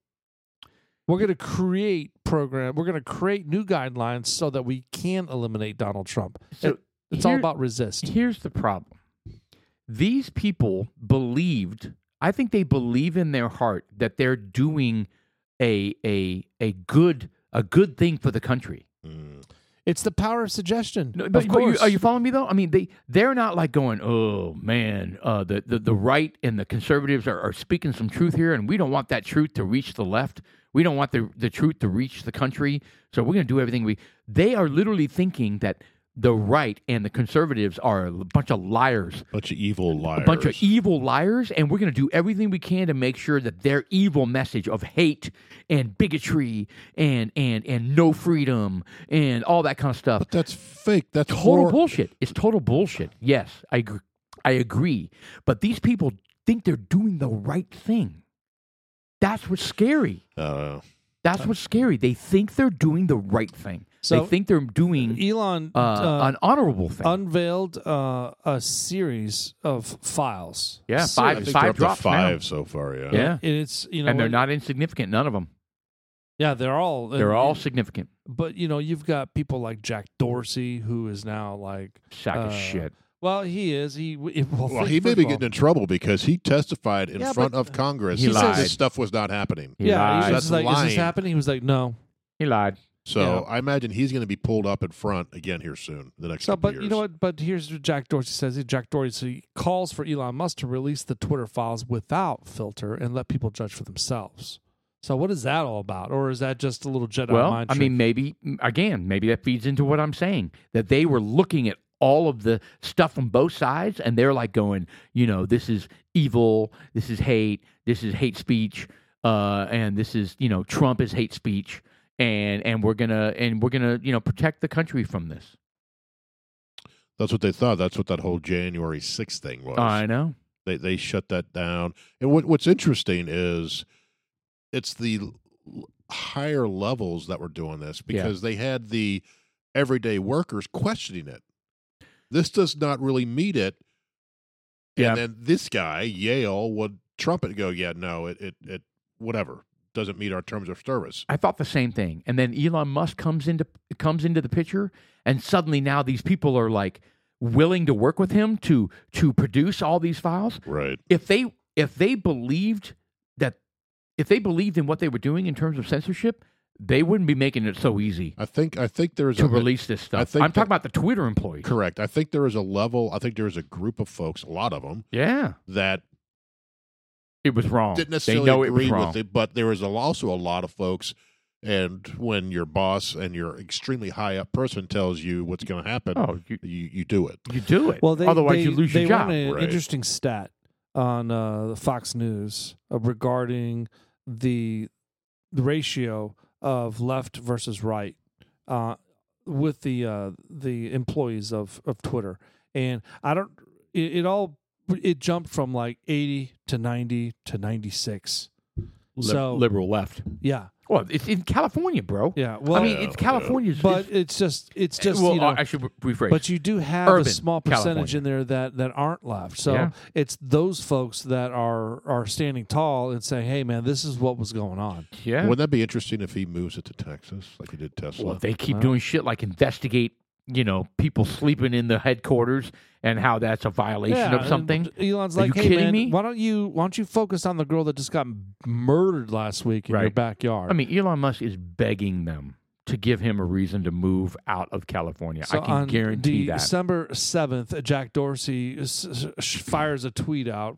S3: We're going to create program. We're going to create new guidelines so that we can eliminate Donald Trump.
S1: So
S3: It- it's all
S1: here-
S3: about resist.
S1: Here's the problem. These people believed, I think they believe in their heart that they're doing a a a good a good thing for the country.
S2: Mm.
S3: It's the power of suggestion.
S1: No,
S3: of
S1: but, but you,
S3: course.
S1: are you following me though? I mean, they they're not like going, oh man, uh, the, the the right and the conservatives are, are speaking some truth here, and we don't want that truth to reach the left. We don't want the the truth to reach the country, so we're going to do everything we. They are literally thinking that the right and the conservatives are a bunch of liars,
S2: bunch of evil liars.
S1: a bunch of evil liars, and we're going to do everything we can to make sure that their evil message of hate and bigotry and and and no freedom and all that kind of stuff
S2: but that's fake. That's
S1: total
S2: horrible.
S1: bullshit. It's total bullshit. Yes, I agree. I agree. But these people think they're doing the right thing. That's what's scary.
S2: Uh,
S1: That's what's scary. They think they're doing the right thing.
S3: So-
S1: they think they're doing
S3: Elon
S1: uh,
S3: uh,
S1: an honorable thing.
S3: unveiled uh, a series of files.
S1: yeah,
S3: Ser-
S2: I
S1: five
S2: think
S1: five
S2: they're up to
S1: drops now.
S2: five so far. Yeah.
S1: Yeah,
S3: And it's you know,
S1: and they're not insignificant. None of them.
S3: Yeah, they're all
S1: They're all significant.
S3: But you know, you've got people like Jack Dorsey, who is now like,
S1: Sack of
S3: Uh,
S1: shit.
S3: well, he is he. Well,
S2: Well,
S3: think-
S2: he may
S3: first
S2: be
S3: of all-
S2: getting in trouble because he testified in
S3: Yeah,
S2: front
S3: but- uh,
S2: of Congress
S1: He
S2: that
S1: lied.
S2: this stuff was not happening.
S1: He
S3: yeah, he
S1: lied.
S3: was
S2: That's
S3: just like, is
S2: lying.
S3: this happening? He was like, no.
S1: He lied.
S2: So
S3: Yeah.
S2: I imagine he's going to be pulled up in front again here soon, the next
S3: So,
S2: couple
S3: but
S2: years.
S3: you know what? But here's what Jack Dorsey says. Jack Dorsey calls for Elon Musk to release the Twitter files without filter and let people judge for themselves. So, what is that all about? Or is that just a little Jedi
S1: Well,
S3: mind
S1: I
S3: trick?
S1: mean, maybe again, maybe that feeds into what I'm saying that they were looking at all of the stuff from both sides, and they're like going, you know, this is evil, this is hate, this is hate speech, uh, and this is you know, Trump is hate speech, and and we're gonna and we're gonna you know protect the country from this.
S2: That's what they thought. That's what that whole January 6th thing was.
S1: I know.
S2: They they shut that down. And what what's interesting is it's the l- higher levels that were doing this because they had the everyday workers questioning it. This does not really meet it.
S1: Yeah.
S2: And then this guy, Yale, would trumpet and go, Yeah, no, it, it it whatever. Doesn't meet our terms of service.
S1: I thought the same thing. And then Elon Musk comes into comes into the picture and suddenly now these people are like willing to work with him to to produce all these files.
S2: Right.
S1: if they if they believed that if they believed in what they were doing in terms of censorship, they wouldn't be making it so easy
S2: I think I think there's
S1: to
S2: a
S1: release this stuff.
S2: I think
S1: I'm talking
S2: that-
S1: about the Twitter employees.
S2: correct. I think there is a level I think there is a group of folks, a lot of them,
S1: Yeah,
S2: that
S1: it was wrong.
S2: didn't
S1: Oh, they know
S2: necessarily
S1: it was
S2: agree
S1: wrong.
S2: with it, but there was also a lot of folks. And when your boss and your extremely high up person tells you what's going to happen,
S1: Oh, you,
S2: you, you do it.
S1: you do it.
S3: Well, they,
S1: Otherwise,
S3: they,
S1: you lose your
S3: they
S1: job.
S3: ran an
S2: Right.
S3: interesting stat on uh, the Fox News uh, regarding the the ratio of left versus right uh, with the uh, the employees of of Twitter, and I don't. It, it all it jumped from like eighty to ninety to ninety six. so
S1: liberal left.
S3: yeah,
S1: Well, it's in California, bro.
S3: yeah. Well,
S1: I mean,
S2: Yeah,
S1: it's
S2: yeah.
S1: California's.
S3: but
S1: it's-
S3: it's just it's just
S1: well,
S3: you know,
S1: uh, actually, re- rephrase.
S3: But you do have a
S1: Urban
S3: small percentage
S1: California.
S3: in there that, that aren't left. So
S1: Yeah.
S3: it's those folks that are are standing tall and saying, "Hey, man, this is what was going on."
S1: yeah.
S2: Wouldn't that be interesting if he moves it to Texas like he did Tesla?
S1: Well, they keep
S3: Wow.
S1: doing shit like investigate you know, people sleeping in the headquarters and how that's a violation
S3: Yeah,
S1: of
S3: and
S1: something.
S3: Elon's
S1: Are
S3: like,
S1: you
S3: "Hey
S1: kidding
S3: man,
S1: me?"
S3: why don't you why don't you focus on the girl that just got m- murdered last week in your
S1: Right.
S3: backyard?"
S1: I mean, Elon Musk is begging them to give him a reason to move out of California.
S3: So
S1: I can
S3: on
S1: guarantee
S3: the
S1: that.
S3: December seventh, Jack Dorsey s- s- sh- fires a tweet out.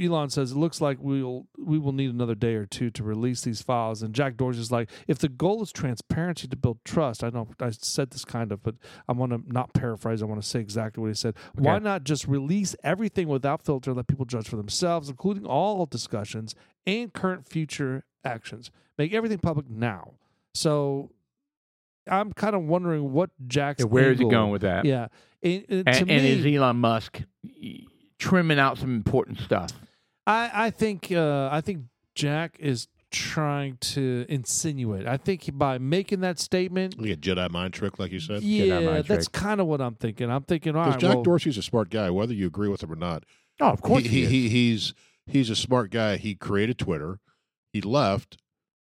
S3: Elon says, "It looks like we'll we will need another day or two to release these files." And Jack Dorsey's like, "If the goal is transparency to build trust, I know I said this kind of, but I want to not paraphrase. I want to say exactly what he said. Why not just release everything without filter? Let people judge for themselves, including all discussions and current future actions. Make everything public now." So. I'm kind of wondering what Jack's
S1: Yeah, Where is he
S3: angle-
S1: going with that?
S3: yeah. And, and to
S1: and, and
S3: me,
S1: is Elon Musk y- trimming out some important stuff?
S3: I, I think uh, I think Jack is trying to insinuate. I think by making that statement,
S2: Like a Jedi mind trick, like you said.
S1: get out of my
S3: yeah, that's kind of what I'm thinking. I'm thinking, all
S2: Because
S3: right,
S2: Jack
S3: well,
S2: Dorsey's a smart guy, whether you agree with him or not.
S1: Oh, of course
S2: he,
S1: he, is.
S2: he, he's he's a smart guy. He created Twitter. He left.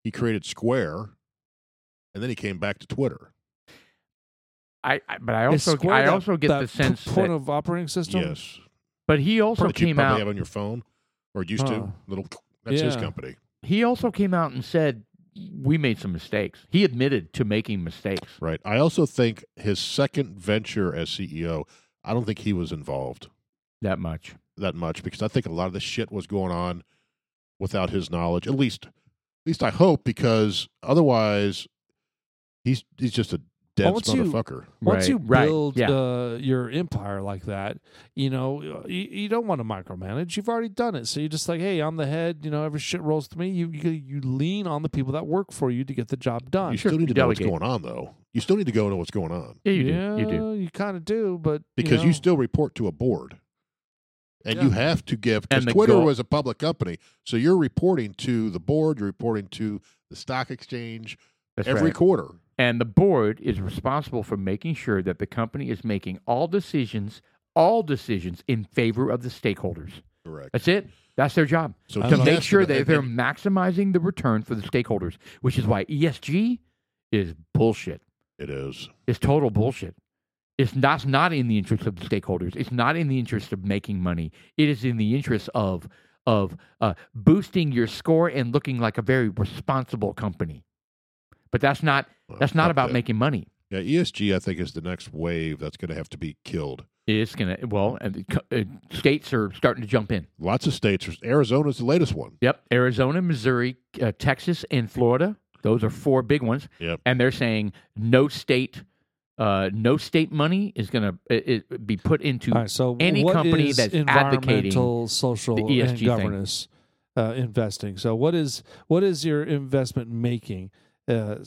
S2: He created Square, and then he came back to Twitter.
S1: I, I, but I
S3: is
S1: also
S3: Square
S1: I
S3: that-
S1: also get
S3: that
S1: the sense
S3: p- point
S1: that,
S3: of operating system.
S2: yes,
S1: but he also
S2: that you
S1: came
S2: probably
S1: out
S2: have on your phone or used
S3: Huh.
S2: to. Little that's his
S3: Yeah.
S2: company.
S1: he also came out and said we made some mistakes. He admitted to making mistakes.
S2: Right. I also think his second venture as CEO, I don't think he was involved
S1: That much.
S2: that much because I think a lot of the shit was going on without his knowledge. At least at least I hope because otherwise he's he's just a dense
S3: once you-
S2: motherfucker.
S3: Once
S1: Right,
S3: you
S1: right,
S3: build
S1: yeah.
S3: uh, your empire like that, you know you, you don't want to micromanage. You've already done it, so you're just like, hey, I'm the head. You know, every shit rolls to me. You you, you lean on the people that work for you to get the job done.
S2: You still need to know
S1: Delegate.
S2: what's going on though. You still need to go know what's going on
S1: Yeah, you
S3: yeah,
S1: do. You do.
S3: kind of do, but
S2: because you,
S3: know,
S2: still report to a board. And you
S3: Yeah.
S2: have to give because
S1: And the
S2: Twitter
S1: goal-
S2: was a public company, so you're reporting to the board, you're reporting to the stock exchange
S1: That's
S2: every
S1: right.
S2: quarter.
S1: And the board is responsible for making sure that the company is making all decisions, all decisions in favor of the stakeholders.
S2: Correct.
S1: That's it. That's their job.
S2: So
S3: To
S1: to
S2: he
S1: make
S2: has
S1: sure
S2: know-
S1: that
S2: and-
S1: they're
S2: and-
S1: maximizing the return for the stakeholders, which is why ESG is bullshit.
S2: it is
S1: It's total bullshit. It's not, it's not in the interest of the stakeholders. It's not in the interest of making money. It is in the interest of of uh, boosting your score and looking like a very responsible company. But that's not
S2: Well,
S1: that's not
S2: fuck
S1: about
S2: that.
S1: making money.
S2: Yeah, ESG I think is the next wave that's going to have to be killed.
S1: It's gonna well, and the co- uh, states are starting to jump in.
S2: Lots of states. are- Arizona's the latest one.
S1: Yep, Arizona, Missouri, uh, Texas, and Florida. Those are four big ones.
S2: Yep.
S1: and they're saying no state, uh, no state money is going to be put into.
S3: all right, so
S1: any
S3: what
S1: company
S3: is
S1: that's advocating
S3: environmental, social,
S1: the ESG
S3: and
S1: thing.
S3: governance uh, investing. So what is what is your investment making? Uh,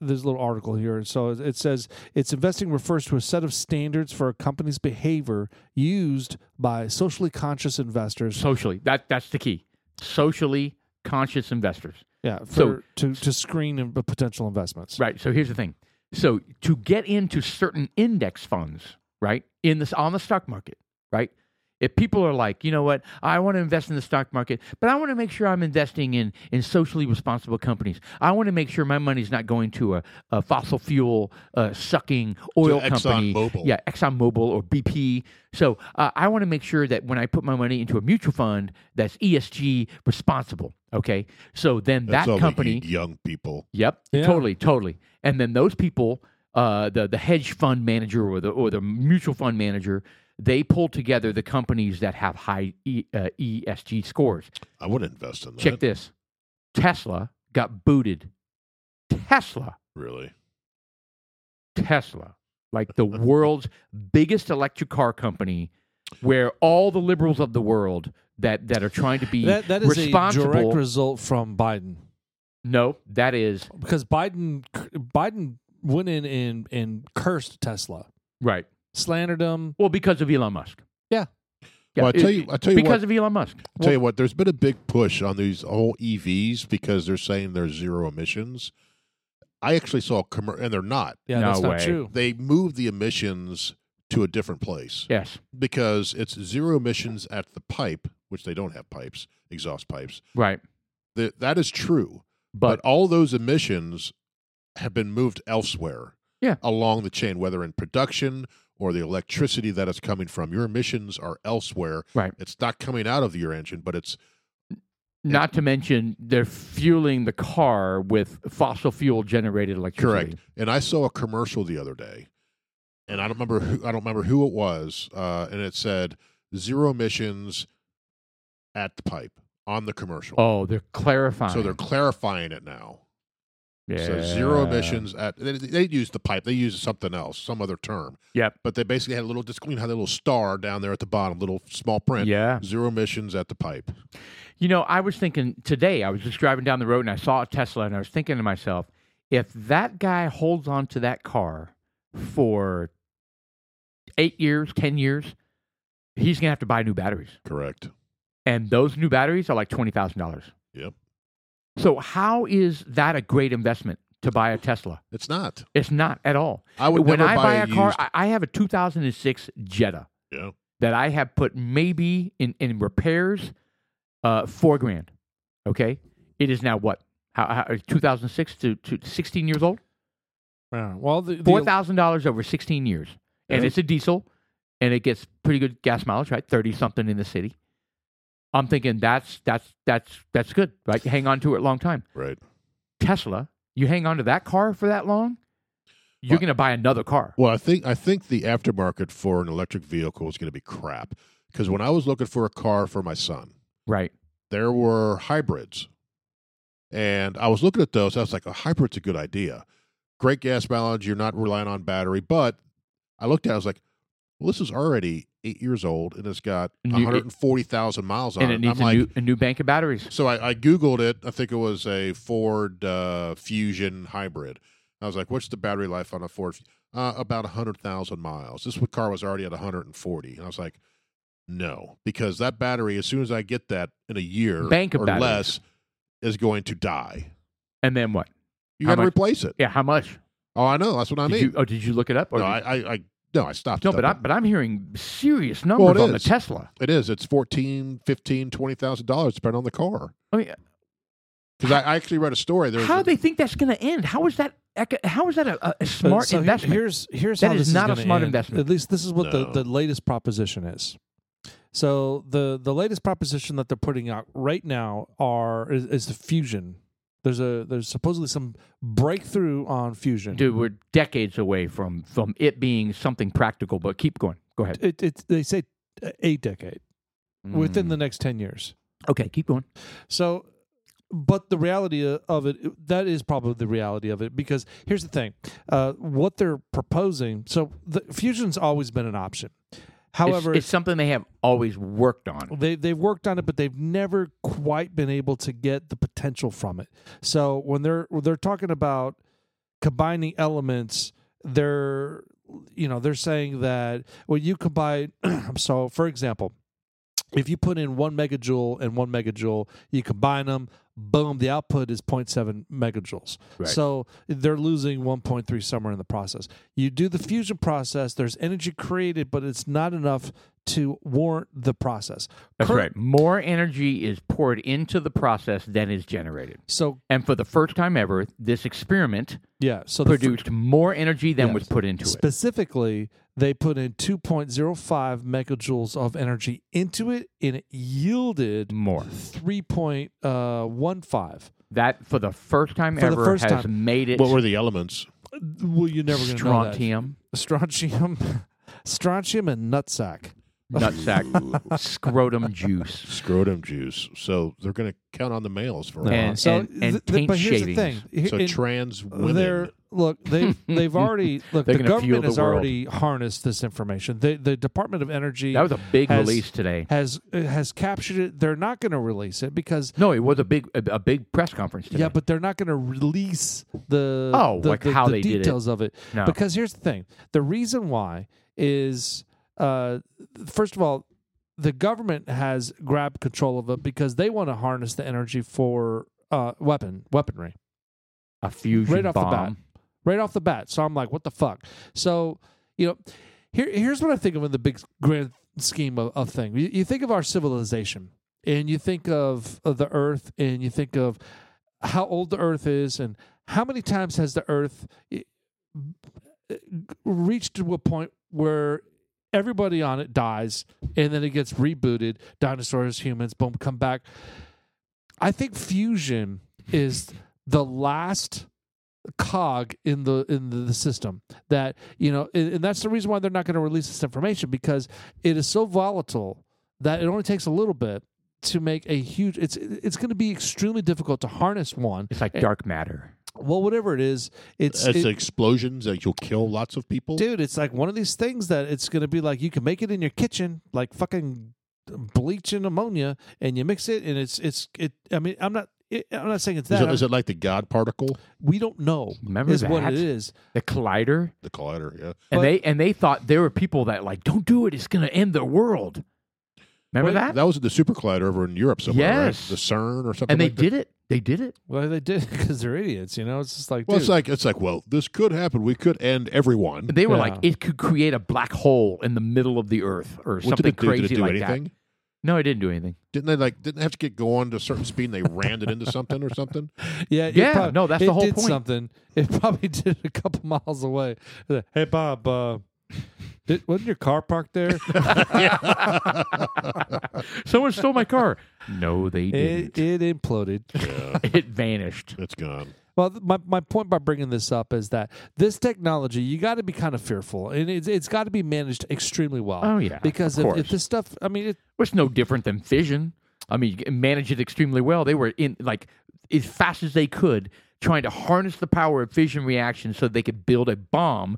S3: there's a little article here. So it- it says it's investing refers to a set of standards for a company's behavior used by socially conscious investors.
S1: Socially, that that's the key. Socially conscious investors.
S3: yeah, for,
S1: so-
S3: to to screen in- uh, potential investments.
S1: Right. So here's the thing. So to get into certain index funds, right, in this on the stock market, right? If people are like, you know what, I want to invest in the stock market, but I want to make sure I'm investing in in socially responsible companies. I want to make sure my money's not going to a, a fossil fuel uh, sucking oil
S2: Exxon
S1: company.
S2: Mobil.
S1: Yeah, ExxonMobil or BP. So uh, I want to make sure that when I put my money into a mutual fund that's ESG responsible. Okay. So then
S2: That's
S1: that
S2: all we
S1: company
S2: need, young people.
S1: Yep.
S3: Yeah.
S1: Totally. Totally. And then those people, uh, the the hedge fund manager or the or the mutual fund manager, they pull together the companies that have high e, uh, ESG scores.
S2: I wouldn't invest in that.
S1: Check this: Tesla got booted. Tesla.
S2: Really?
S1: Tesla, like the world's biggest electric car company, where all the liberals of the world that that are trying to be
S3: That that is a
S1: responsible.
S3: direct result from Biden.
S1: no, that is
S3: because Biden Biden went in and and cursed Tesla,
S1: right.
S3: slandered him.
S1: Well, because of Elon Musk.
S3: Yeah.
S2: well, I tell you, I tell you
S1: because
S2: what.
S1: of Elon Musk.
S2: I tell you what. There's been a big push on these whole EVs because they're saying they're zero emissions. I actually saw a commer- and they're not.
S3: Yeah,
S1: No
S3: that's not
S1: way.
S3: true.
S2: They moved the emissions to a different place
S1: Yes.
S2: because it's zero emissions at the pipe, which they don't have pipes, exhaust pipes.
S1: Right.
S2: That that is true.
S1: But
S2: but all those emissions have been moved elsewhere.
S1: Yeah.
S2: along the chain, whether in production or the electricity that is coming from your emissions are elsewhere.
S1: Right.
S2: It's not coming out of your engine, but it's
S1: Not to mention they're fueling the car with fossil fuel generated electricity.
S2: Correct. And I saw a commercial the other day, and I don't remember who I don't remember who it was, uh, and it said zero emissions at the pipe on the commercial.
S1: Oh, they're clarifying.
S2: so they're clarifying it now.
S1: yeah.
S2: So zero emissions at they, they used the pipe. They used something else, some other term.
S1: Yep.
S2: But they basically had a little disc. You know how that little star down there at the bottom, little small print.
S1: Yeah.
S2: Zero emissions at the pipe.
S1: You know, I was thinking today, I was just driving down the road and I saw a Tesla and I was thinking to myself, if that guy holds on to that car for eight years, 10 years, he's going to have to buy new batteries.
S2: Correct.
S1: And those new batteries are like $20,000.
S2: Yep.
S1: So, how is that a great investment to buy a Tesla?
S2: It's not.
S1: It's not at all.
S2: I would
S1: when
S2: never
S1: I
S2: buy,
S1: buy
S2: a
S1: a car,
S2: used-
S1: I, I have a 2006 Jetta
S2: Yeah.
S1: that I have put maybe in in repairs, uh, four grand. Okay, it is now what? How, uh, how 2006 to, to 16 years old?
S3: Yeah, Well, the, the
S1: Four thousand dollars over 16 years, and
S3: Yeah.
S1: it's a diesel, and it gets pretty good gas mileage, right? Thirty something in the city. I'm thinking that's that's that's that's good, right? You hang on to it a long time.
S2: right.
S1: Tesla, you hang on to that car for that long, you're
S2: Well-
S1: going to buy another car.
S2: Well, I think I think the aftermarket for an electric vehicle is going to be crap because when I was looking for a car for my son,
S1: Right.
S2: there were hybrids, and I was looking at those. I was like, a hybrid's a good idea, great gas mileage. You're not relying on battery, but I looked at, it, I was like, well, this is already eight years old and it's got
S1: And you- it-
S2: 140,000 miles on
S1: And
S2: it.
S1: it needs
S2: I'm
S1: a,
S2: like,
S1: new, a new bank of batteries.
S2: so I, I Googled it. I think it was a Ford uh, Fusion hybrid. I was like, what's the battery life on a Ford? Fu- Uh, about 100,000 miles. This car was already at 140. And I was like, no, because that battery, as soon as I get that in a year
S1: Bank of
S2: or
S1: batteries.
S2: less, is going to die.
S1: And then what?
S2: You
S1: How
S2: got to
S1: much-
S2: replace it.
S1: Yeah, how much?
S2: Oh, I know. That's what I
S1: did
S2: mean.
S1: you, oh, did you look it up? Or
S2: no,
S1: did-
S2: I, I, I, no, I stopped.
S1: no,
S2: it
S1: but
S2: up.
S1: I'm but I'm hearing serious numbers
S2: it
S1: on the
S2: is.
S1: Tesla.
S2: it is. It's 14, 15, 20,000 dollars depending on the car.
S1: I mean, uh,
S2: Because I, I actually read a story. There was
S1: how
S2: a-
S1: do they think that's going to end? How is that? eco- How is that a, a- a
S3: But
S1: smart
S3: so he-
S1: investment?
S3: Here's here's
S1: That
S3: how
S1: is
S3: this
S1: not a
S3: gonna
S1: smart
S3: end.
S1: investment.
S3: At least this is what
S2: No.
S3: the, the latest proposition is. So the the latest proposition that they're putting out right now are is, is the fusion. There's a there's supposedly some breakthrough on fusion.
S1: Dude, we're decades away from from it being something practical. But keep going. Go ahead.
S3: It, it they say a decade within
S1: Mm.
S3: the next ten years.
S1: okay, keep going.
S3: So, but the reality of it, that is probably the reality of it because here's the thing uh, what they're proposing, so the fusion's always been an option.
S1: It's-
S3: However,
S1: it's, something they have always worked on.
S3: they, they've worked on it, but they've never quite been able to get the potential from it. So when they're when they're talking about combining elements, they're you know they're saying that well you combine so for example if you put in one megajoule and one megajoule you combine them boom the output is 0.7 megajoules
S1: Right.
S3: so they're losing 1.3 somewhere in the process you do the fusion process there's energy created but it's not enough to warrant the process
S1: That's
S3: Cur-
S1: right. More energy is poured into the process than is generated.
S3: so
S1: And for the first time ever, this experiment
S3: yeah so the fir-
S1: produced more energy than was
S3: Yes.
S1: put into it.
S3: Specifically, they put in 2.05 megajoules of energy into it, and it yielded uh,
S1: More.
S3: 3.15.
S1: That for the first time
S3: For the
S1: ever
S3: first
S1: has
S3: time.
S1: made it
S2: what were the elements?
S3: Well, you're never going to know that.
S1: strontium,
S3: Strontium, strontium, and nutsack.
S1: nutsack, scrotum juice.
S2: scrotum juice. So they're going to count on the males for
S1: No.
S2: all.
S1: And- and taint
S3: but here's
S1: shavings.
S3: the thing. Here-
S2: so
S3: in-
S2: trans
S3: They're
S2: women.
S3: look they've they've already look
S1: They're
S3: the
S1: gonna fuel
S3: government
S1: the
S3: has
S1: world.
S3: already harnessed this information. The the Department of Energy
S1: That was a big
S3: Has-
S1: release today.
S3: has has captured it. They're not going to release it because
S1: No, it was a big a, a big press conference today.
S3: Yeah, but they're not going to release the
S1: Oh,
S3: the,
S1: like
S3: the-
S1: how
S3: the
S1: they did it.
S3: details of it.
S1: No.
S3: Because here's the thing: the reason why is, uh, first of all, the government has grabbed control of it because they want to harness the energy for uh, weapon weaponry
S1: a fusion
S3: right off
S1: bomb.
S3: the bat, right off the bat. So I'm like, what the fuck? So you know, here here's what I think of in the big grand scheme of, of thing. You, you think of our civilization, and you think of, of the Earth, and you think of how old the Earth is, and how many times has the Earth i- reached to a point where everybody on it dies and then it gets rebooted dinosaurs humans boom come back i think fusion is the last cog in the in the, the system that you know and, and that's the reason why they're not going to release this information because it is so volatile that it only takes a little bit to make a huge it's it's going to be extremely difficult to harness one
S1: It's like dark matter.
S3: well whatever it is it's
S2: It's
S3: it-
S2: explosions that you'll kill lots of people.
S3: dude it's like one of these things that it's going to be like you can make it in your kitchen like fucking bleach and ammonia and you mix it and it's it's it i mean i'm not it, i'm not saying it's
S2: Is
S3: that
S2: it, is it like the God particle,
S3: we don't know
S1: Remember
S3: is
S1: that?
S3: what it is
S1: The collider.
S2: the collider? Yeah.
S1: And
S3: But-
S1: they and they thought there were people that like, don't do it, it's gonna end the world. Remember
S3: Wait,
S1: that?
S2: That was the super collider over in Europe somewhere,
S1: Yes.
S2: right? The CERN or something.
S1: and they
S2: like that?
S1: did it. They did it.
S3: well they did because they're idiots you know it's just like
S2: Well,
S3: dude,
S2: it's like it's like well, this could happen. We could end everyone.
S1: They were like,
S3: Yeah.
S1: it could create a black hole in the middle of the earth or
S2: What
S1: something
S2: did it do?
S1: crazy
S2: Did it do
S1: like
S2: anything?
S1: that. No, it didn't do anything.
S2: Didn't they like? Didn't they have to get go on to a certain speed and they ran it into something or something?
S3: yeah it
S1: Yeah,
S3: prob-
S1: no, that's the
S3: it
S1: whole
S3: did
S1: point.
S3: something it probably did a couple miles away hey bob uh did, wasn't your car parked there
S1: Someone stole my car. No, they
S3: it,
S1: didn't.
S3: it imploded
S2: Yeah,
S1: It, vanished.
S2: it's gone.
S3: Well, th- my, my point by bringing this up is that this technology, you got to be kind of fearful, and it's, it's got to be managed extremely well.
S1: Oh, yeah,
S3: because
S1: of
S3: if, if
S1: course.
S3: this stuff, I mean, it,
S1: Well, it's no different than fission. I mean, you manage it extremely well. They were in like as fast as they could, trying to harness the power of fission reactions so they could build a bomb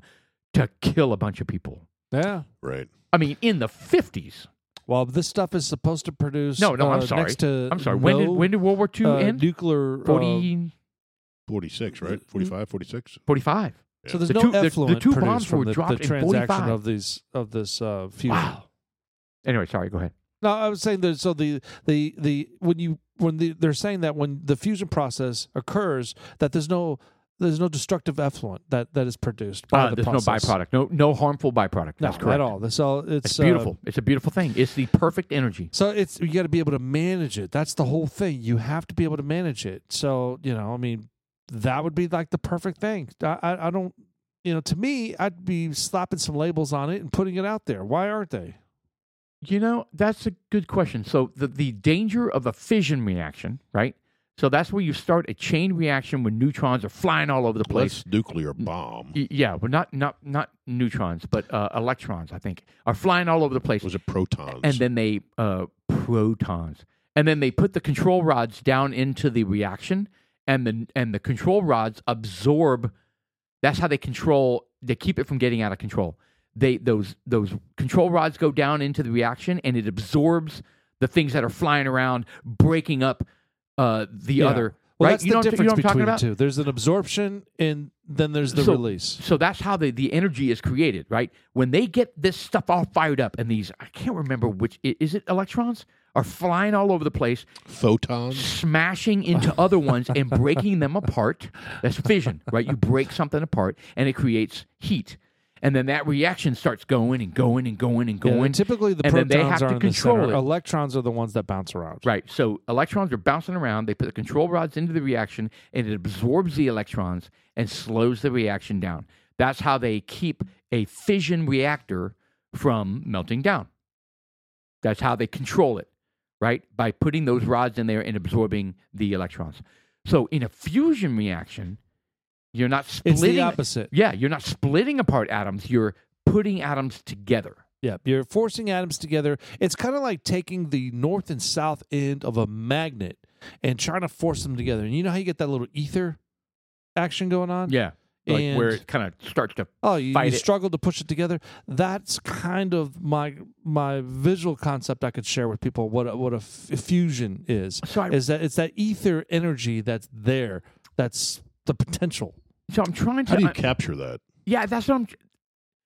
S1: to kill a bunch of people.
S3: yeah.
S2: Right.
S1: I mean, in the fifties.
S3: Well, this stuff is supposed to produce.
S1: No, no, I'm
S3: uh,
S1: sorry.
S3: Next to
S1: I'm sorry.
S3: No,
S1: when did when did World War II
S3: uh,
S1: end?
S3: nuclear uh,
S1: 40,
S2: Forty six.
S1: Mm-hmm.
S2: Right. 45, 46.
S1: 45.
S3: uh, so there's
S1: The
S3: no
S1: two- the- the
S3: effluent
S1: two
S3: produced
S1: bombs
S3: from
S1: were
S3: the,
S1: dropped
S3: the
S1: in
S3: transaction
S1: 45.
S3: of these of this uh, fusion.
S1: Wow. Anyway, sorry. Go ahead.
S3: No, I was saying that. So the the the when you when the, they're saying that when the fusion process occurs, that there's no there's no destructive effluent that that is produced by
S1: Uh,
S3: the
S1: there's
S3: process.
S1: no byproduct. No no harmful byproduct.
S3: No,
S1: That's correct.
S3: at all. So it's,
S1: It's
S3: uh,
S1: beautiful. it's a beautiful thing. It's the perfect energy.
S3: so it's you got to be able to manage it. That's the whole thing. You have to be able to manage it. So you know, I mean, that would be like the perfect thing. I, I, I don't, you know, to me, I'd be slapping some labels on it and putting it out there. Why aren't they?
S1: You know, that's a good question. So the, the danger of a fission reaction, right? So that's where you start a chain reaction when neutrons are flying all over the place.
S2: Less nuclear bomb.
S1: Y- yeah, but not not not neutrons, but uh, electrons. I think are flying all over the place,
S2: Was it protons?
S1: and then they uh, protons, and then they put the control rods down into the reaction, and the and the control rods absorb. That's how they control. They keep it from getting out of control. They those those control rods go down into the reaction, and it absorbs the things that are flying around, breaking up uh, the
S3: Yeah.
S1: other.
S3: Well,
S1: right?
S3: that's
S1: you know
S3: the
S1: what I'm- you
S3: difference
S1: know what I'm talking
S3: between the
S1: about?
S3: two. There's an absorption, and then there's the
S1: So-
S3: release.
S1: So that's how the, the energy is created, right? When they get this stuff all fired up and these, I can't remember which, i- is it electrons? Are flying all over the place,
S2: photons.
S1: smashing into other ones and breaking them apart. That's fission, right? You break something apart and it creates heat. And then that reaction starts going and going and going and
S3: Yeah,
S1: going.
S3: and typically, the
S1: and then
S3: protons
S1: they have
S3: are
S1: to
S3: in the center.
S1: control it.
S3: Electrons are the ones that bounce around.
S1: Right. So electrons are bouncing around. They put the control rods into the reaction, and it absorbs the electrons and slows the reaction down. That's how they keep a fission reactor from melting down. That's how they control it, right? By putting those rods in there and absorbing the electrons. So in a fusion reaction, you're not
S3: It's
S1: splitting.
S3: the opposite.
S1: Yeah, you're not splitting apart atoms. You're putting atoms together.
S3: Yeah, you're forcing atoms together. It's kind of like taking the north and south end of a magnet and trying to force them together. And you know how you get that little ether action going on?
S1: Yeah. Like
S3: Like And-
S1: where
S3: where
S1: it
S3: it
S1: kind of starts to
S3: Oh, you,
S1: Fight
S3: you
S1: it.
S3: struggle to push it together. That's kind of my my visual concept I could share with people. What a, what a f- fusion is
S1: So I-
S3: is that it's that ether energy that's there. That's the potential.
S1: So I'm trying to.
S2: How do you
S1: I-
S2: capture that?
S1: yeah, that's what I'm.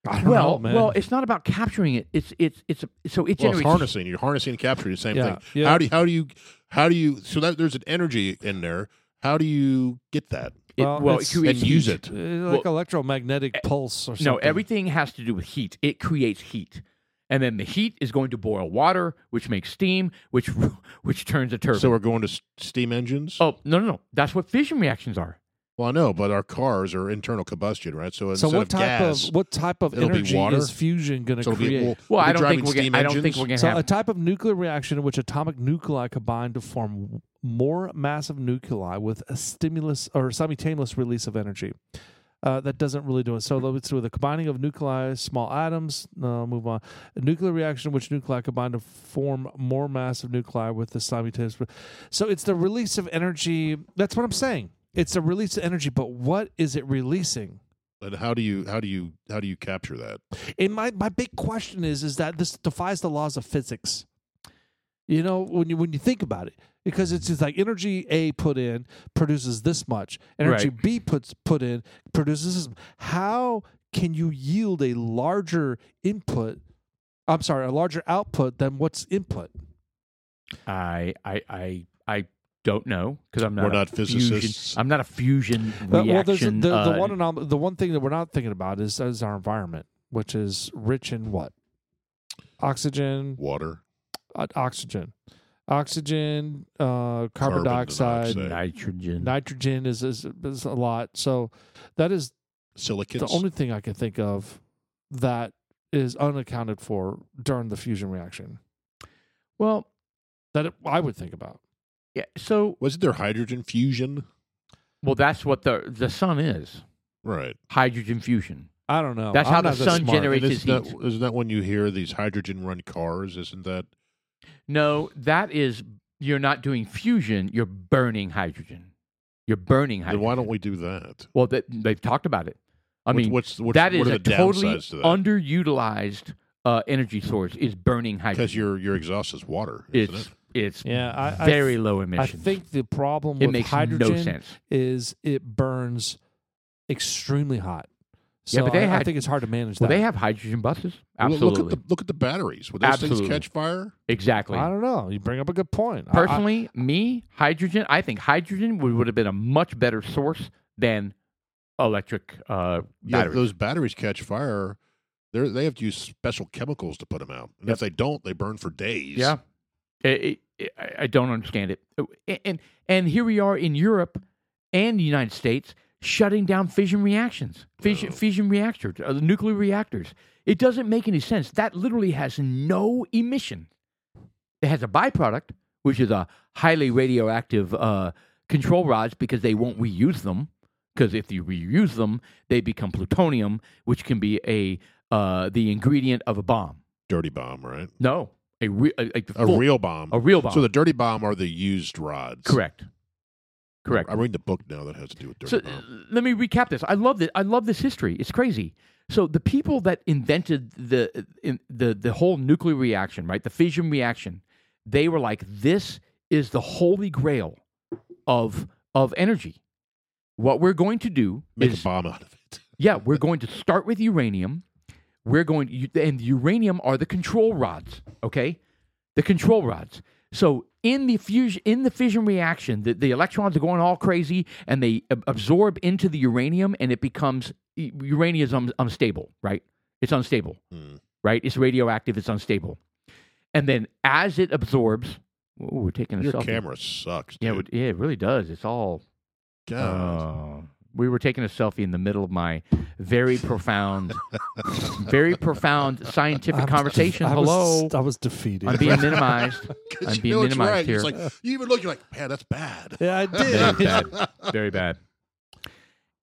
S3: I don't
S1: Well,
S3: know, man.
S1: well, it's not about capturing it. It's it's it's so it
S2: Well,
S1: generates
S2: it's harnessing. You're harnessing and capturing the same
S3: Yeah,
S2: thing.
S3: yeah.
S2: How do you, how do you how do you so that there's an energy in there? How do you get that
S1: it-
S3: Well,
S1: well, it
S3: it's-
S2: and
S1: creates
S2: use
S1: heat.
S2: it? eh,
S3: Uh, like electromagnetic pulse or something.
S1: No, everything has to do with heat. It creates heat, and then the heat is going to boil water, which makes steam, which which turns a turbine.
S2: So we're going to s- steam engines.
S1: oh no no no! That's what fission reactions are.
S2: Well, I know, but our cars are internal combustion, right? So
S3: so
S2: instead
S3: what
S2: of
S3: type
S2: gas,
S3: of what type of
S2: it'll be
S3: energy
S2: water.
S3: is fusion going
S2: so
S3: to
S2: it'll be-
S3: create?
S2: we'll-
S1: Well,
S2: we'll be
S1: I don't
S2: driving
S1: think we're
S2: steam
S1: gonna, I don't think
S2: engines.
S1: we're gonna
S3: So,
S1: have.
S3: a type of nuclear reaction in which atomic nuclei combine to form more massive nuclei with a stimulus or simultaneous release of energy. Uh, that doesn't really do it. So, let's do the combining of nuclei, small atoms. No, move on. A nuclear reaction in which nuclei combine to form more massive nuclei with the simultaneous. re- So, it's the release of energy. That's what I'm saying. It's the release of energy, but what is it releasing?
S2: and how do you how do you how do you capture that?
S3: And my, my big question is is that this defies the laws of physics. You know, when you when you think about it, because it's just like energy A put in produces this much, energy
S1: Right.
S3: B puts put in produces this. How can you yield a larger input? I'm sorry, a larger output than what's input?
S1: I I I I don't know because I'm not.
S2: We're
S1: a
S2: not
S1: fusion-
S2: physicists.
S1: I'm not a fusion
S3: Uh,
S1: reaction.
S3: there's a- the,
S1: uh,
S3: the one anom- the one thing that we're not thinking about is is our environment, which is rich in what? Oxygen,
S2: Water,
S3: o- uh, oxygen, oxygen, uh, carbon,
S2: Carbon
S3: dioxide,
S2: dioxide.
S1: nitrogen.
S3: nitrogen is, is is a lot. So that is
S2: silicates.
S3: the only thing I can think of that is unaccounted for during the fusion reaction
S1: well,
S3: that it, I would think about.
S1: yeah. So
S2: Wasn't there hydrogen fusion?
S1: well, that's what the the sun is.
S2: Right.
S1: Hydrogen fusion.
S3: I don't know.
S1: That's
S3: I'm
S1: how the
S3: not that
S1: sun
S3: smart.
S1: generates- Great
S2: And isn't,
S1: to
S2: that, isn't that when you hear these hydrogen run cars? Isn't that
S1: No, that is you're not doing fusion. You're burning hydrogen. You're burning
S2: then
S1: hydrogen.
S2: why don't we do that?
S1: Well, that, they've talked about it. I
S2: What's-
S1: mean,
S2: what's, what's,
S1: that is
S2: what
S1: a
S2: are the
S1: totally
S2: downsides to that?
S1: underutilized uh, energy source. Is burning
S2: because
S1: hydrogen.
S2: your your exhaust is water, isn't
S1: It's
S2: it?
S1: it's
S3: Yeah, I, I
S1: very
S3: th-
S1: low
S3: I
S1: emissions.
S3: think the problem
S1: it
S3: with
S1: makes
S3: hydrogen
S1: no sense.
S3: is it burns extremely hot. So
S1: Yeah, but they
S3: I, I
S1: had-
S3: think it's hard to manage
S1: Well,
S3: that.
S1: they have hydrogen buses.
S2: Well,
S1: Absolutely.
S2: Look at the look at the batteries. Would those
S1: Absolutely.
S2: things catch fire?
S1: exactly.
S3: I don't know. You bring up a good point. I- I-
S1: Personally, me, hydrogen, I think hydrogen would, would have been a much better source than electric uh,
S2: Yeah, if
S1: batteries.
S2: those batteries catch fire. They they have to use special chemicals to put them out, and if they don't, they burn for days.
S1: yeah. I- I- I- I don't understand it. And, and, and here we are in Europe and the United States shutting down fission reactions, fission,
S2: Oh.
S1: fission reactors, uh, the nuclear reactors. It doesn't make any sense. That literally has no emission. It has a byproduct, which is a highly radioactive uh, control rods because they won't reuse them. Because if you reuse them, they become plutonium, which can be a uh, the ingredient of a bomb.
S2: dirty bomb, right?
S1: No, a, re- a, a
S2: A
S1: full-
S2: real bomb.
S1: a real bomb.
S2: So the dirty bomb are the used rods.
S1: Correct. Correct.
S2: I'm reading the book now that has to do with dirty
S1: So
S2: bomb.
S1: uh, let me recap this. I love this. I love this history. It's crazy. So the people that invented the uh, in, the the whole nuclear reaction, right? The fission reaction, they were like, this is the holy grail of of energy. What we're going to do
S2: Make
S1: is
S2: a bomb out of it.
S1: yeah, we're going to start with uranium. We're going to, and uranium are the control rods, okay? The control rods. So in the fusion, in the fission reaction, the, the electrons are going all crazy and they ab- absorb into the uranium and it becomes uranium is un- unstable, right? It's unstable,
S2: Hmm.
S1: right? It's radioactive, it's unstable. And then as it absorbs, ooh, we're taking a
S2: Your
S1: selfie.
S2: camera sucks.
S1: Yeah,
S2: dude.
S1: it- yeah, it really does. It's all Oh.
S2: God.
S1: we were taking a selfie in the middle of my very profound, very profound scientific
S3: I'm-
S1: conversation.
S3: I was-
S1: Hello,
S3: I was defeated.
S1: I'm being minimized.
S2: 'Cause
S1: I'm
S2: you
S1: being
S2: know it's
S1: minimized
S2: right. It's
S1: here.
S2: like you even look, you're like, man, that's bad.
S3: yeah, I
S1: Very
S3: did.
S1: bad. Very bad.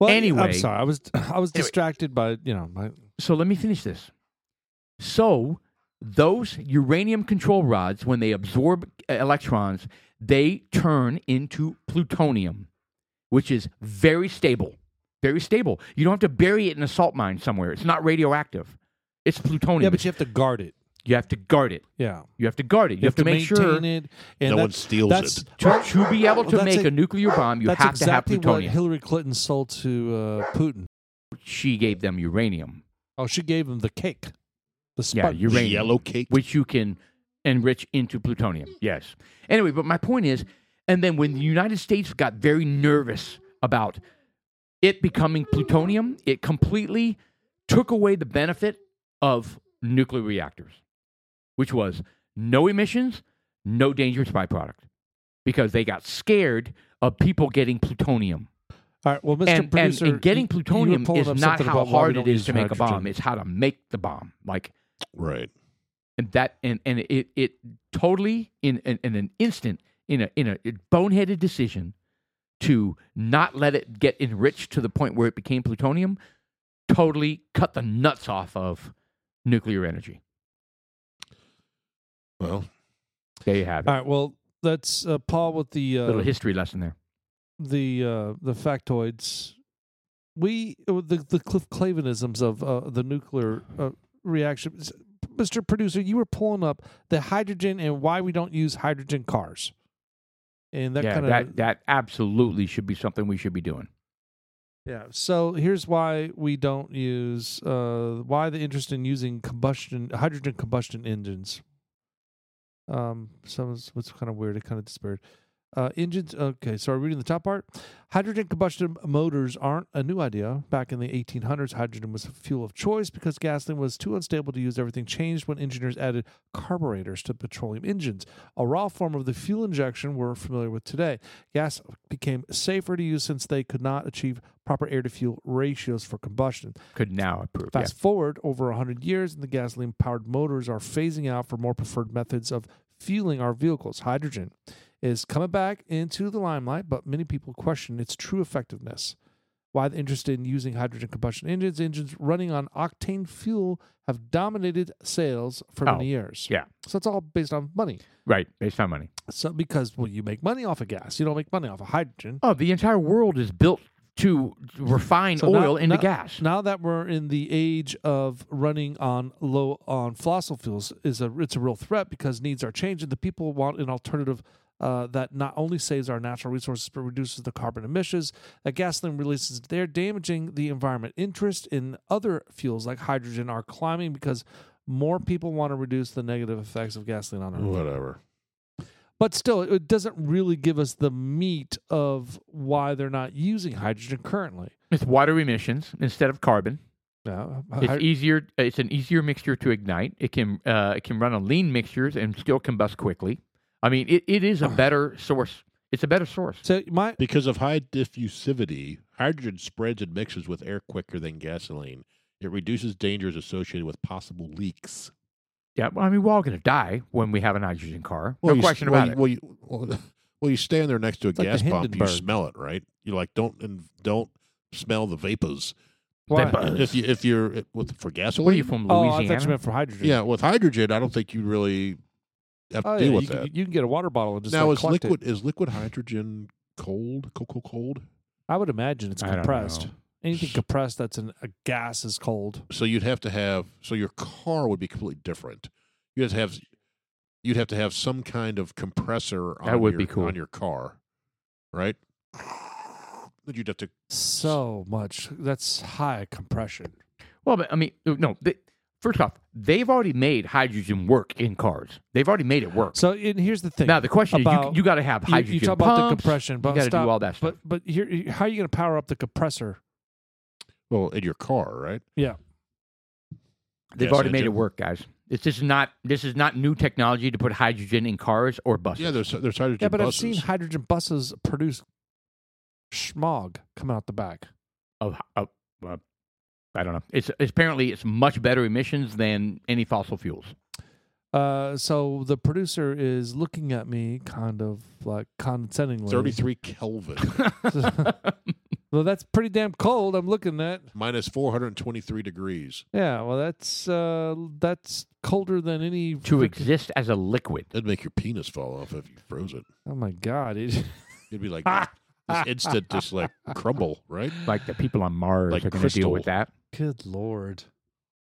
S3: Well,
S1: Anyway.
S3: I'm sorry. I was I was
S1: Anyway.
S3: distracted by you know my
S1: So let me finish this. So those uranium control rods, when they absorb electrons, they turn into plutonium, which is very stable. Very stable. You don't have to bury it in a salt mine somewhere. It's not radioactive. It's plutonium.
S3: yeah, but you have to guard it.
S1: you have to guard it.
S3: Yeah,
S1: You have to guard it. You, have, to, make
S3: maintain
S1: sure
S3: it. And
S2: no
S3: that-
S2: one steals
S3: that's,
S2: it.
S1: to, to be able to
S3: Well, that's
S1: make
S3: e-
S1: a nuclear bomb, you
S3: that's
S1: have to have
S3: exactly what
S1: plutonium.
S3: Hillary Clinton sold to uh, Putin.
S1: she gave them uranium,
S3: Oh, she gave him the cake. The
S1: Yeah,
S3: sponge.
S1: you're- uranium.
S2: Yellow cake.
S1: which you can enrich into plutonium. Yes. Anyway, but my point is, and then when the United States got very nervous about it becoming plutonium, it completely took away the benefit of nuclear reactors, which was no emissions, no dangerous byproduct, because they got scared of people getting plutonium.
S3: All right. Well, Mr.
S1: And, and,
S3: Producer,
S1: and
S3: you-
S1: getting
S3: you were
S1: plutonium
S3: pulling
S1: is
S3: up
S1: not
S3: something
S1: how
S3: about why we
S1: hard
S3: don't
S1: it is
S3: use
S1: to make a bomb.
S3: hydrogen.
S1: It's how to make the bomb. Like
S2: Right.
S1: and that and and it it totally in in, in an instant in a in a boneheaded decision to not let it get enriched to the point where it became plutonium totally cut the nuts off of nuclear energy.
S2: Well,
S1: There you have it.
S3: All right. Well, that's uh, Paul with the
S1: Little
S3: uh,
S1: history lesson there.
S3: the uh, the factoids. We uh, the the Cliff Clavinisms of uh, the nuclear uh, reaction. S- Mr. Producer, you were pulling up the hydrogen and why we don't use hydrogen cars, and that
S1: yeah,
S3: kind of
S1: that that absolutely should be something we should be doing.
S3: Yeah. So here's why we don't use uh, why the interest in using combustion hydrogen combustion engines. Um, so it's, it's kind of weird. It kind of disappeared. Uh, engines. Okay, so are we reading the top part? Hydrogen combustion motors aren't a new idea. Back in the 1800s, hydrogen was the fuel of choice because gasoline was too unstable to use. Everything changed when engineers added carburetors to petroleum engines, a raw form of the fuel injection we're familiar with today. Gas became safer to use since they could not achieve proper air to fuel ratios for combustion.
S1: Could now approve. Yeah.
S3: Fast forward over 100 years, and the gasoline powered motors are phasing out for more preferred methods of fueling our vehicles. Hydrogen is coming back into the limelight, but many people question its true effectiveness. Why the interest in using hydrogen combustion engines? Engines running on octane fuel have dominated sales for
S1: Oh,
S3: many years.
S1: yeah.
S3: So it's all based on money.
S1: Right, based on money.
S3: So because well, you make money off of gas, you don't make money off of hydrogen.
S1: Oh, the entire world is built to refine
S3: So now-
S1: oil into
S3: now-
S1: gas.
S3: Now that we're in the age of running on low on fossil fuels, is a it's a real threat because needs are changing. The people want an alternative. Uh, that not only saves our natural resources but reduces the carbon emissions that gasoline releases. They're damaging the environment. Interest in other fuels like hydrogen are climbing because more people want to reduce the negative effects of gasoline
S2: Uh-huh.
S3: on our environment
S2: whatever.
S3: but still it- it doesn't really give us the meat of why they're not using hydrogen currently
S1: It's water emissions instead of carbon.
S3: no,
S1: It's
S3: uh, hy-
S1: easier. It's an easier mixture to ignite. It can uh, it can run on lean mixtures and still combust quickly. I mean, it, it is a better source. It's a better source.
S3: so my
S2: Because of high diffusivity, hydrogen spreads and mixes with air quicker than gasoline. It reduces dangers associated with possible leaks.
S1: Yeah, well, I mean, we're all going to die when we have an hydrogen car. No
S2: you s-
S1: question
S2: well,
S1: about
S2: you-
S1: it.
S2: Well, you, well, well, you stand there next to a
S3: like the
S2: gas pump, you
S3: Hindenburg.
S2: smell it, right? You like don't and don't smell the vapors.
S3: why?
S1: They-
S2: If you if you're it- with for gasoline,
S1: what are you from
S3: oh i
S1: Louisiana?
S3: thought you meant for hydrogen
S2: yeah, with hydrogen, I don't think you really have to
S3: oh, yeah,
S2: deal
S3: you,
S2: with
S3: can-
S2: that.
S3: you can get a water bottle and just
S2: now
S3: like,
S2: is
S3: collect it.
S2: liquid is liquid hydrogen cold? Cold, cold.
S3: i would imagine it's
S1: I don't
S3: compressed
S1: know.
S3: anything compressed that's in a gas is cold
S2: so you'd have to have so your car would be completely different. You'd have to have you'd have to have some kind of compressor on
S1: That would
S2: your,
S1: be cool.
S2: on your car, right? That you'd have to
S3: so much that's high compression
S1: Well, but I mean, uh, no. They, first off, they've already made hydrogen work in cars. They've already made it work.
S3: so and here's the thing
S1: now the question is, you,
S3: about-
S1: you got to have
S3: you,
S1: hydrogen
S3: you talk
S1: pumps.
S3: about the compression but
S1: you got to do
S3: stop
S1: all that stuff.
S3: but but here how are you going to power up the compressor
S2: well in your car, right?
S3: yeah
S1: They've
S2: Yes,
S1: already
S2: I
S1: made
S2: do.
S1: it work, guys. This is not this is not new technology to put hydrogen in cars or buses.
S2: Yeah, there's there's hydrogen
S3: Yeah, but
S2: buses.
S3: I've seen hydrogen buses produce smog come out the back.
S1: of, of uh, I don't know. It's, it's apparently it's much better emissions than any fossil fuels.
S3: Uh, so the producer is looking at me kind of like condescendingly.
S2: Thirty three Kelvin
S3: Well, that's pretty damn cold. I'm looking at.
S2: minus four hundred and twenty three degrees.
S3: Yeah, well, that's uh, that's colder than any.
S1: to
S3: frick-
S1: exist as a liquid.
S2: That'd make your penis fall off if you froze it.
S3: Oh my god! It,
S2: It'd be like this instant just like crumble, right?
S1: Like the people on Mars
S2: Like
S1: are going to deal with
S2: crystal.
S1: that.
S3: good lord.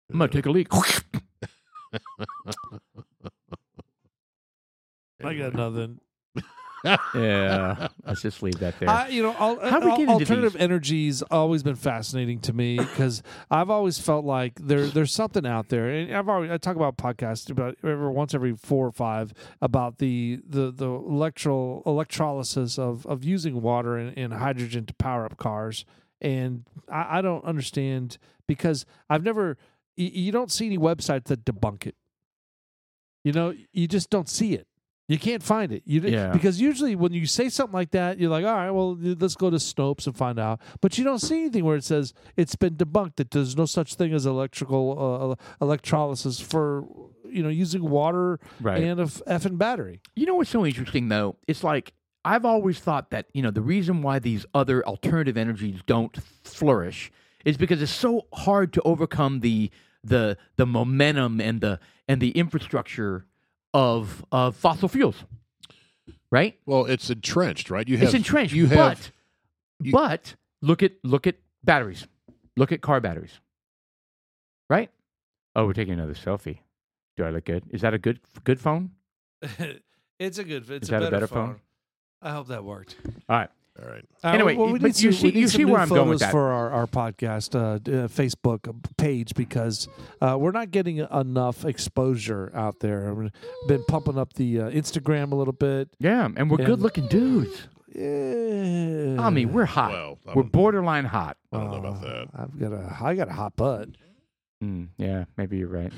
S1: I'm going to take a leak.
S3: I got nothing.
S1: yeah, let's just leave that there.
S3: I, you know, al-
S1: How'd we
S3: al-
S1: get into
S3: alternative
S1: these?
S3: energy's always been fascinating to me because I've always felt like there there's something out there, and I've always I talk about podcasts about every once every four or five about the the the electro electrolysis of of using water and, and hydrogen to power up cars, and I, I don't understand because I've never y- you don't see any websites that debunk it. You know, you just don't see it. You can't find it. You,
S1: Yeah.
S3: Because usually when you say something like that, you're like, all right, well, let's go to Snopes and find out. But you don't see anything where it says it's been debunked that there's no such thing as electrical uh, electrolysis for, you know, using water
S1: Right.
S3: and a f- effing battery.
S1: You know what's so interesting though? It's like I've always thought that, you know, the reason why these other alternative energies don't flourish is because it's so hard to overcome the the the momentum and the and the infrastructure of of fossil fuels. Right?
S2: Well, it's entrenched, right? You have
S1: it's entrenched.
S2: You have
S1: but
S2: you-
S1: but look at look at batteries. Look at car batteries. Right? Oh, we're taking another selfie. Do I look good? Is that a good good phone?
S3: it's a good. It's
S1: Is that a better phone?
S3: I hope that worked.
S1: All right.
S2: all right.
S1: Anyway,
S3: well, we
S1: but
S3: need
S1: you
S3: some,
S1: see-
S3: we need
S1: you
S3: some
S1: see
S3: new
S1: where I'm going with
S3: photos
S1: that.
S3: for our, our podcast uh, d- uh, Facebook page because uh, we're not getting enough exposure out there. I've been pumping up the uh, Instagram a little bit.
S1: Yeah, and we're
S3: And-
S1: good looking dudes.
S3: Yeah.
S1: I mean, we're hot.
S2: Well, I
S1: Uh, Ah, we're
S2: don't-
S1: borderline hot.
S2: I don't know about
S3: Uh,
S2: that.
S3: I've got a I got a hot butt.
S1: Mm, yeah, maybe you're right.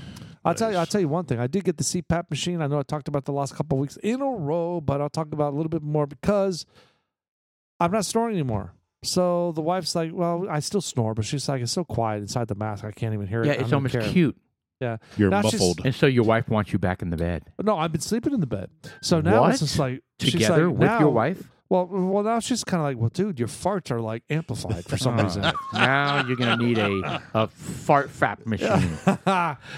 S3: I'll tell you. I'll
S2: Nice.
S3: tell you one thing. I did get the CPAP machine. I know I talked about the last couple of weeks in a row, but I'll talk about it a little bit more because I'm not snoring anymore. So the wife's like, "Well, I still snore, but she's like, it's so quiet inside the mask, I can't even hear it."
S1: Yeah,
S3: I
S1: it's
S3: don't
S1: almost
S3: care."
S1: cute.
S2: You're
S3: That's just-
S2: muffled.
S1: And so your wife wants you back in the bed
S3: No, I've been sleeping in the bed, so now
S1: What?
S3: it's just like she's
S1: together
S3: like,
S1: with
S3: now-
S1: your wife.
S3: Well, well, now she's kind of like, "Well, dude, your farts are like amplified for some
S1: Oh,
S3: reason."
S1: now you're gonna need a a fart frap machine,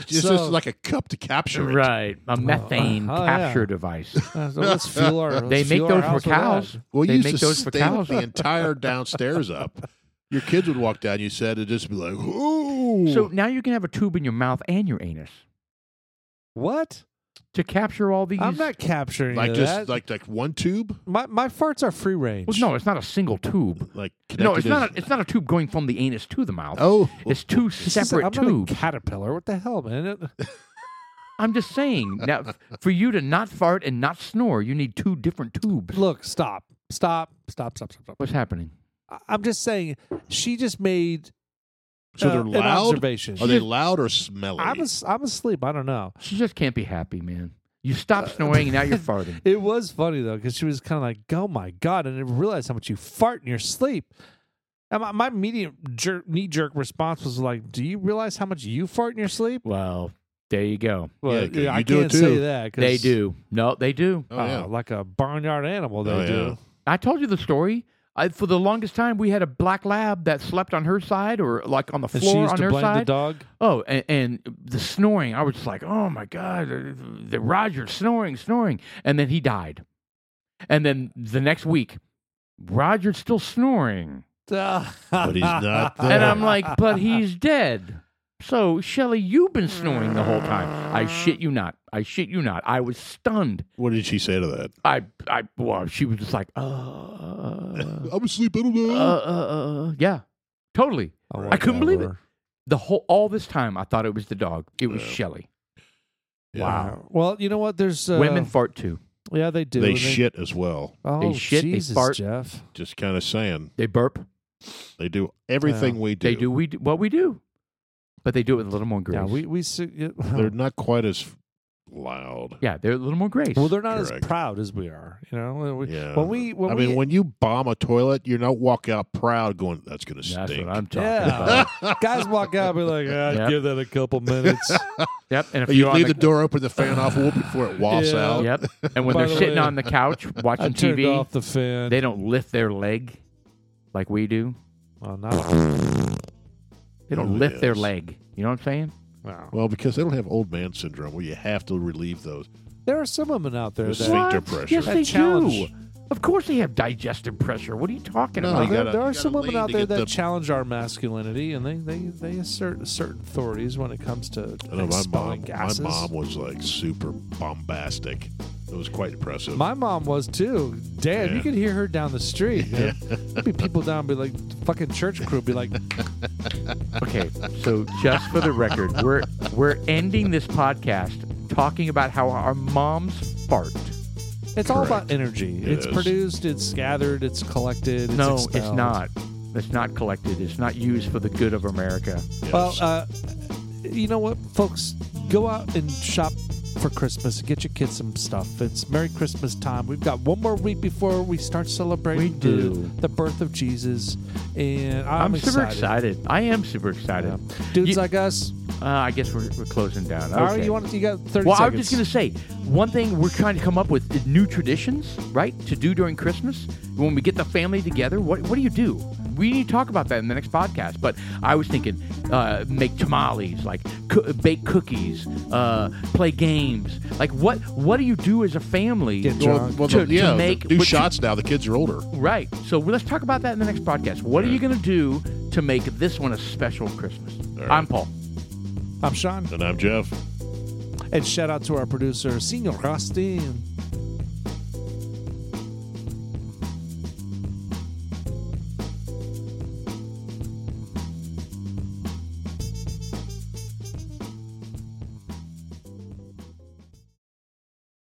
S2: it's just like a cup to capture it.
S1: right? A methane
S3: oh, yeah.
S1: capture device.
S3: Uh, so let's fuel our.
S1: They
S3: let's
S1: make
S3: fuel our
S1: those
S3: house
S1: for
S3: with that.
S1: cows.
S2: Well, you
S1: they
S2: used
S1: make
S2: to
S1: those for
S2: stink
S1: cows.
S2: the entire downstairs up. Your kids would walk down. You said it'd just be like, ooh.
S1: So now you can have a tube in your mouth and your anus
S3: What?
S1: to capture all these.
S3: I'm not capturing
S2: like
S3: any of
S2: just
S3: that.
S2: like like one tube,
S3: My my farts are free range.
S1: Well, no, it's not a single tube.
S2: like
S1: No, it's
S2: connected
S1: not.
S2: as-
S1: A, it's not a tube going from the anus to the mouth.
S2: oh,
S1: It's two
S3: This is-
S1: separate
S3: I'm
S1: tubes.
S3: Not a caterpillar. What the hell, man? It-
S1: I'm just saying. Now, f- for you to not fart and not snore, you need two different tubes.
S3: look, stop, stop, stop, stop, stop, stop.
S1: What's happening?
S3: I- I'm just saying, she just made
S2: so
S3: uh,
S2: they're
S3: an
S2: loud.
S3: observation.
S1: Oh,
S2: Are they loud or smelly?
S3: I'm as, I'm asleep. I don't know.
S1: She just can't be happy, man. You stop snoring and now you're farting.
S3: It was funny though because she was kind of like, "Oh my god!" and I didn't realize how much you fart in your sleep. And my, my immediate jerk, knee jerk response was like, "Do you realize how much you fart in your sleep?"
S1: Well, there you go.
S3: Well,
S2: okay,
S3: I
S2: you do it
S3: can't
S2: too.
S3: say that. 'cause,
S1: They do. No, they do.
S2: oh
S3: uh,
S2: yeah.
S3: like a barnyard animal. They
S2: Oh,
S3: do.
S2: yeah.
S1: I told you the story. I, for the longest time, we had a black lab that slept on her side or like on the
S3: And she
S1: floor
S3: used
S1: on
S3: to
S1: her
S3: blame the
S1: side.
S3: dog.
S1: Oh, and, and the snoring. I was just like, oh my God, uh, the Roger snoring, snoring. And then he died. And then the next week, Roger's still snoring.
S3: but
S2: he's not there.
S1: And I'm like, but he's dead. So, Shelly, you've been snoring the whole time. I shit you not. I shit you not. I was stunned.
S2: What did she say to that?
S1: I, I, well, she was just like, uh, uh,
S2: I'm asleep. I don't know.
S1: uh, uh, uh. yeah, totally.
S3: Oh,
S1: I couldn't believe it.
S3: whatever.
S1: The whole, all this time, I thought it was the dog. It was Shelly.
S2: Yeah.
S3: Wow. Well, you know what? There's uh,
S1: Women fart too.
S3: Yeah, they do.
S2: They
S3: and
S2: shit as well.
S3: Oh,
S1: they shit, they
S3: Jesus,
S1: fart.
S3: Jeff.
S2: Just kind of saying
S1: They burp.
S2: they do everything we do.
S1: They do we do, what we do, but they do it with a little more grace.
S3: Yeah, we we su- yeah.
S2: They're not quite as loud.
S1: yeah, they're a little more grace.
S3: well, they're not
S2: Correct.
S3: as proud as we are. You know, when we
S2: Yeah.
S3: when we, when
S2: I
S3: we
S2: mean, when you bomb a toilet, you're not walking out proud going, that's going to stink.
S1: That's what I'm talking
S3: yeah,
S1: about.
S3: guys walk out, be like, ah,
S1: Yep.
S3: give that a couple minutes.
S1: Yep, and if
S2: you
S1: you're on
S2: leave the,
S1: the,
S2: door open, the fan off a little before it wafts
S3: Yeah.
S2: out.
S1: yep, and when
S3: By
S1: they're
S3: the
S1: sitting
S3: way,
S1: on the couch
S3: I
S1: watching
S3: turned
S1: TV,
S3: off the fan.
S1: They don't lift their leg like we do.
S3: oh, not,
S1: They don't
S2: Oh,
S1: lift their
S2: yes.
S1: leg. You know what I'm saying?
S3: wow.
S2: Well, because they don't have old man syndrome where you have to relieve those.
S3: There are some women out there
S2: There's
S3: that
S2: Sphincter pressure.
S1: Yes,
S3: That
S1: they
S3: challenge-
S1: do. Of course they have digestive pressure. What are you talking
S2: No,
S3: Well,
S1: about?
S2: you
S3: there,
S2: gotta-
S3: there
S2: you
S3: are
S2: gotta
S3: some women
S2: lean
S3: out
S2: to
S3: there
S2: get
S3: that
S2: the-
S3: challenge our masculinity, and they, they, they assert certain authorities when it comes to
S2: I know my
S3: expelling
S2: mom, my
S3: gases.
S2: mom was like super bombastic. It was quite impressive.
S3: My mom was too. Damn, you
S2: Yeah.
S3: could hear her down the street. man. There'd be people down, be like, fucking church crew, be like,
S1: Okay, so just for the record, we're we're ending this podcast talking about how our moms fart.
S3: it's all about energy.
S2: It
S3: it's
S2: is.
S3: produced, it's gathered, it's collected. It's
S1: no, it's
S3: expelled.
S1: not. It's not collected. It's not used for the good of America.
S2: Yes.
S3: uh, Well, uh, you know what, folks? Go out and shop for Christmas. Get your kids some stuff. It's Merry Christmas time. We've got one more week before we start celebrating
S1: We do.
S3: The, the birth of Jesus, and I'm,
S1: I'm, super excited. I am super excited.
S3: Yeah. Dudes
S1: You-
S3: like us.
S1: Uh, I guess we're, we're closing down.
S3: All right,
S1: Okay.
S3: you want you got thirty
S1: Well, I was
S3: seconds.
S1: just going to say one thing we're trying to come up with is new traditions, right? To do during Christmas when we get the family together. What what do you do? We need to talk about that in the next podcast. But I was thinking, uh, make tamales, like coo- bake cookies, uh, play games. Like what what do you do as a family?
S3: Get drunk.
S2: Well, well,
S1: To- to
S2: yeah,
S1: make-
S2: do
S1: but to-
S2: shots now. The kids are older.
S1: Right. So let's talk about that in the next podcast. What are you going to do to make this one a special Christmas?
S2: right.
S1: I'm Paul.
S3: I'm Sean,
S2: And I'm Jeff.
S3: and shout out to our producer, Senor Rustin.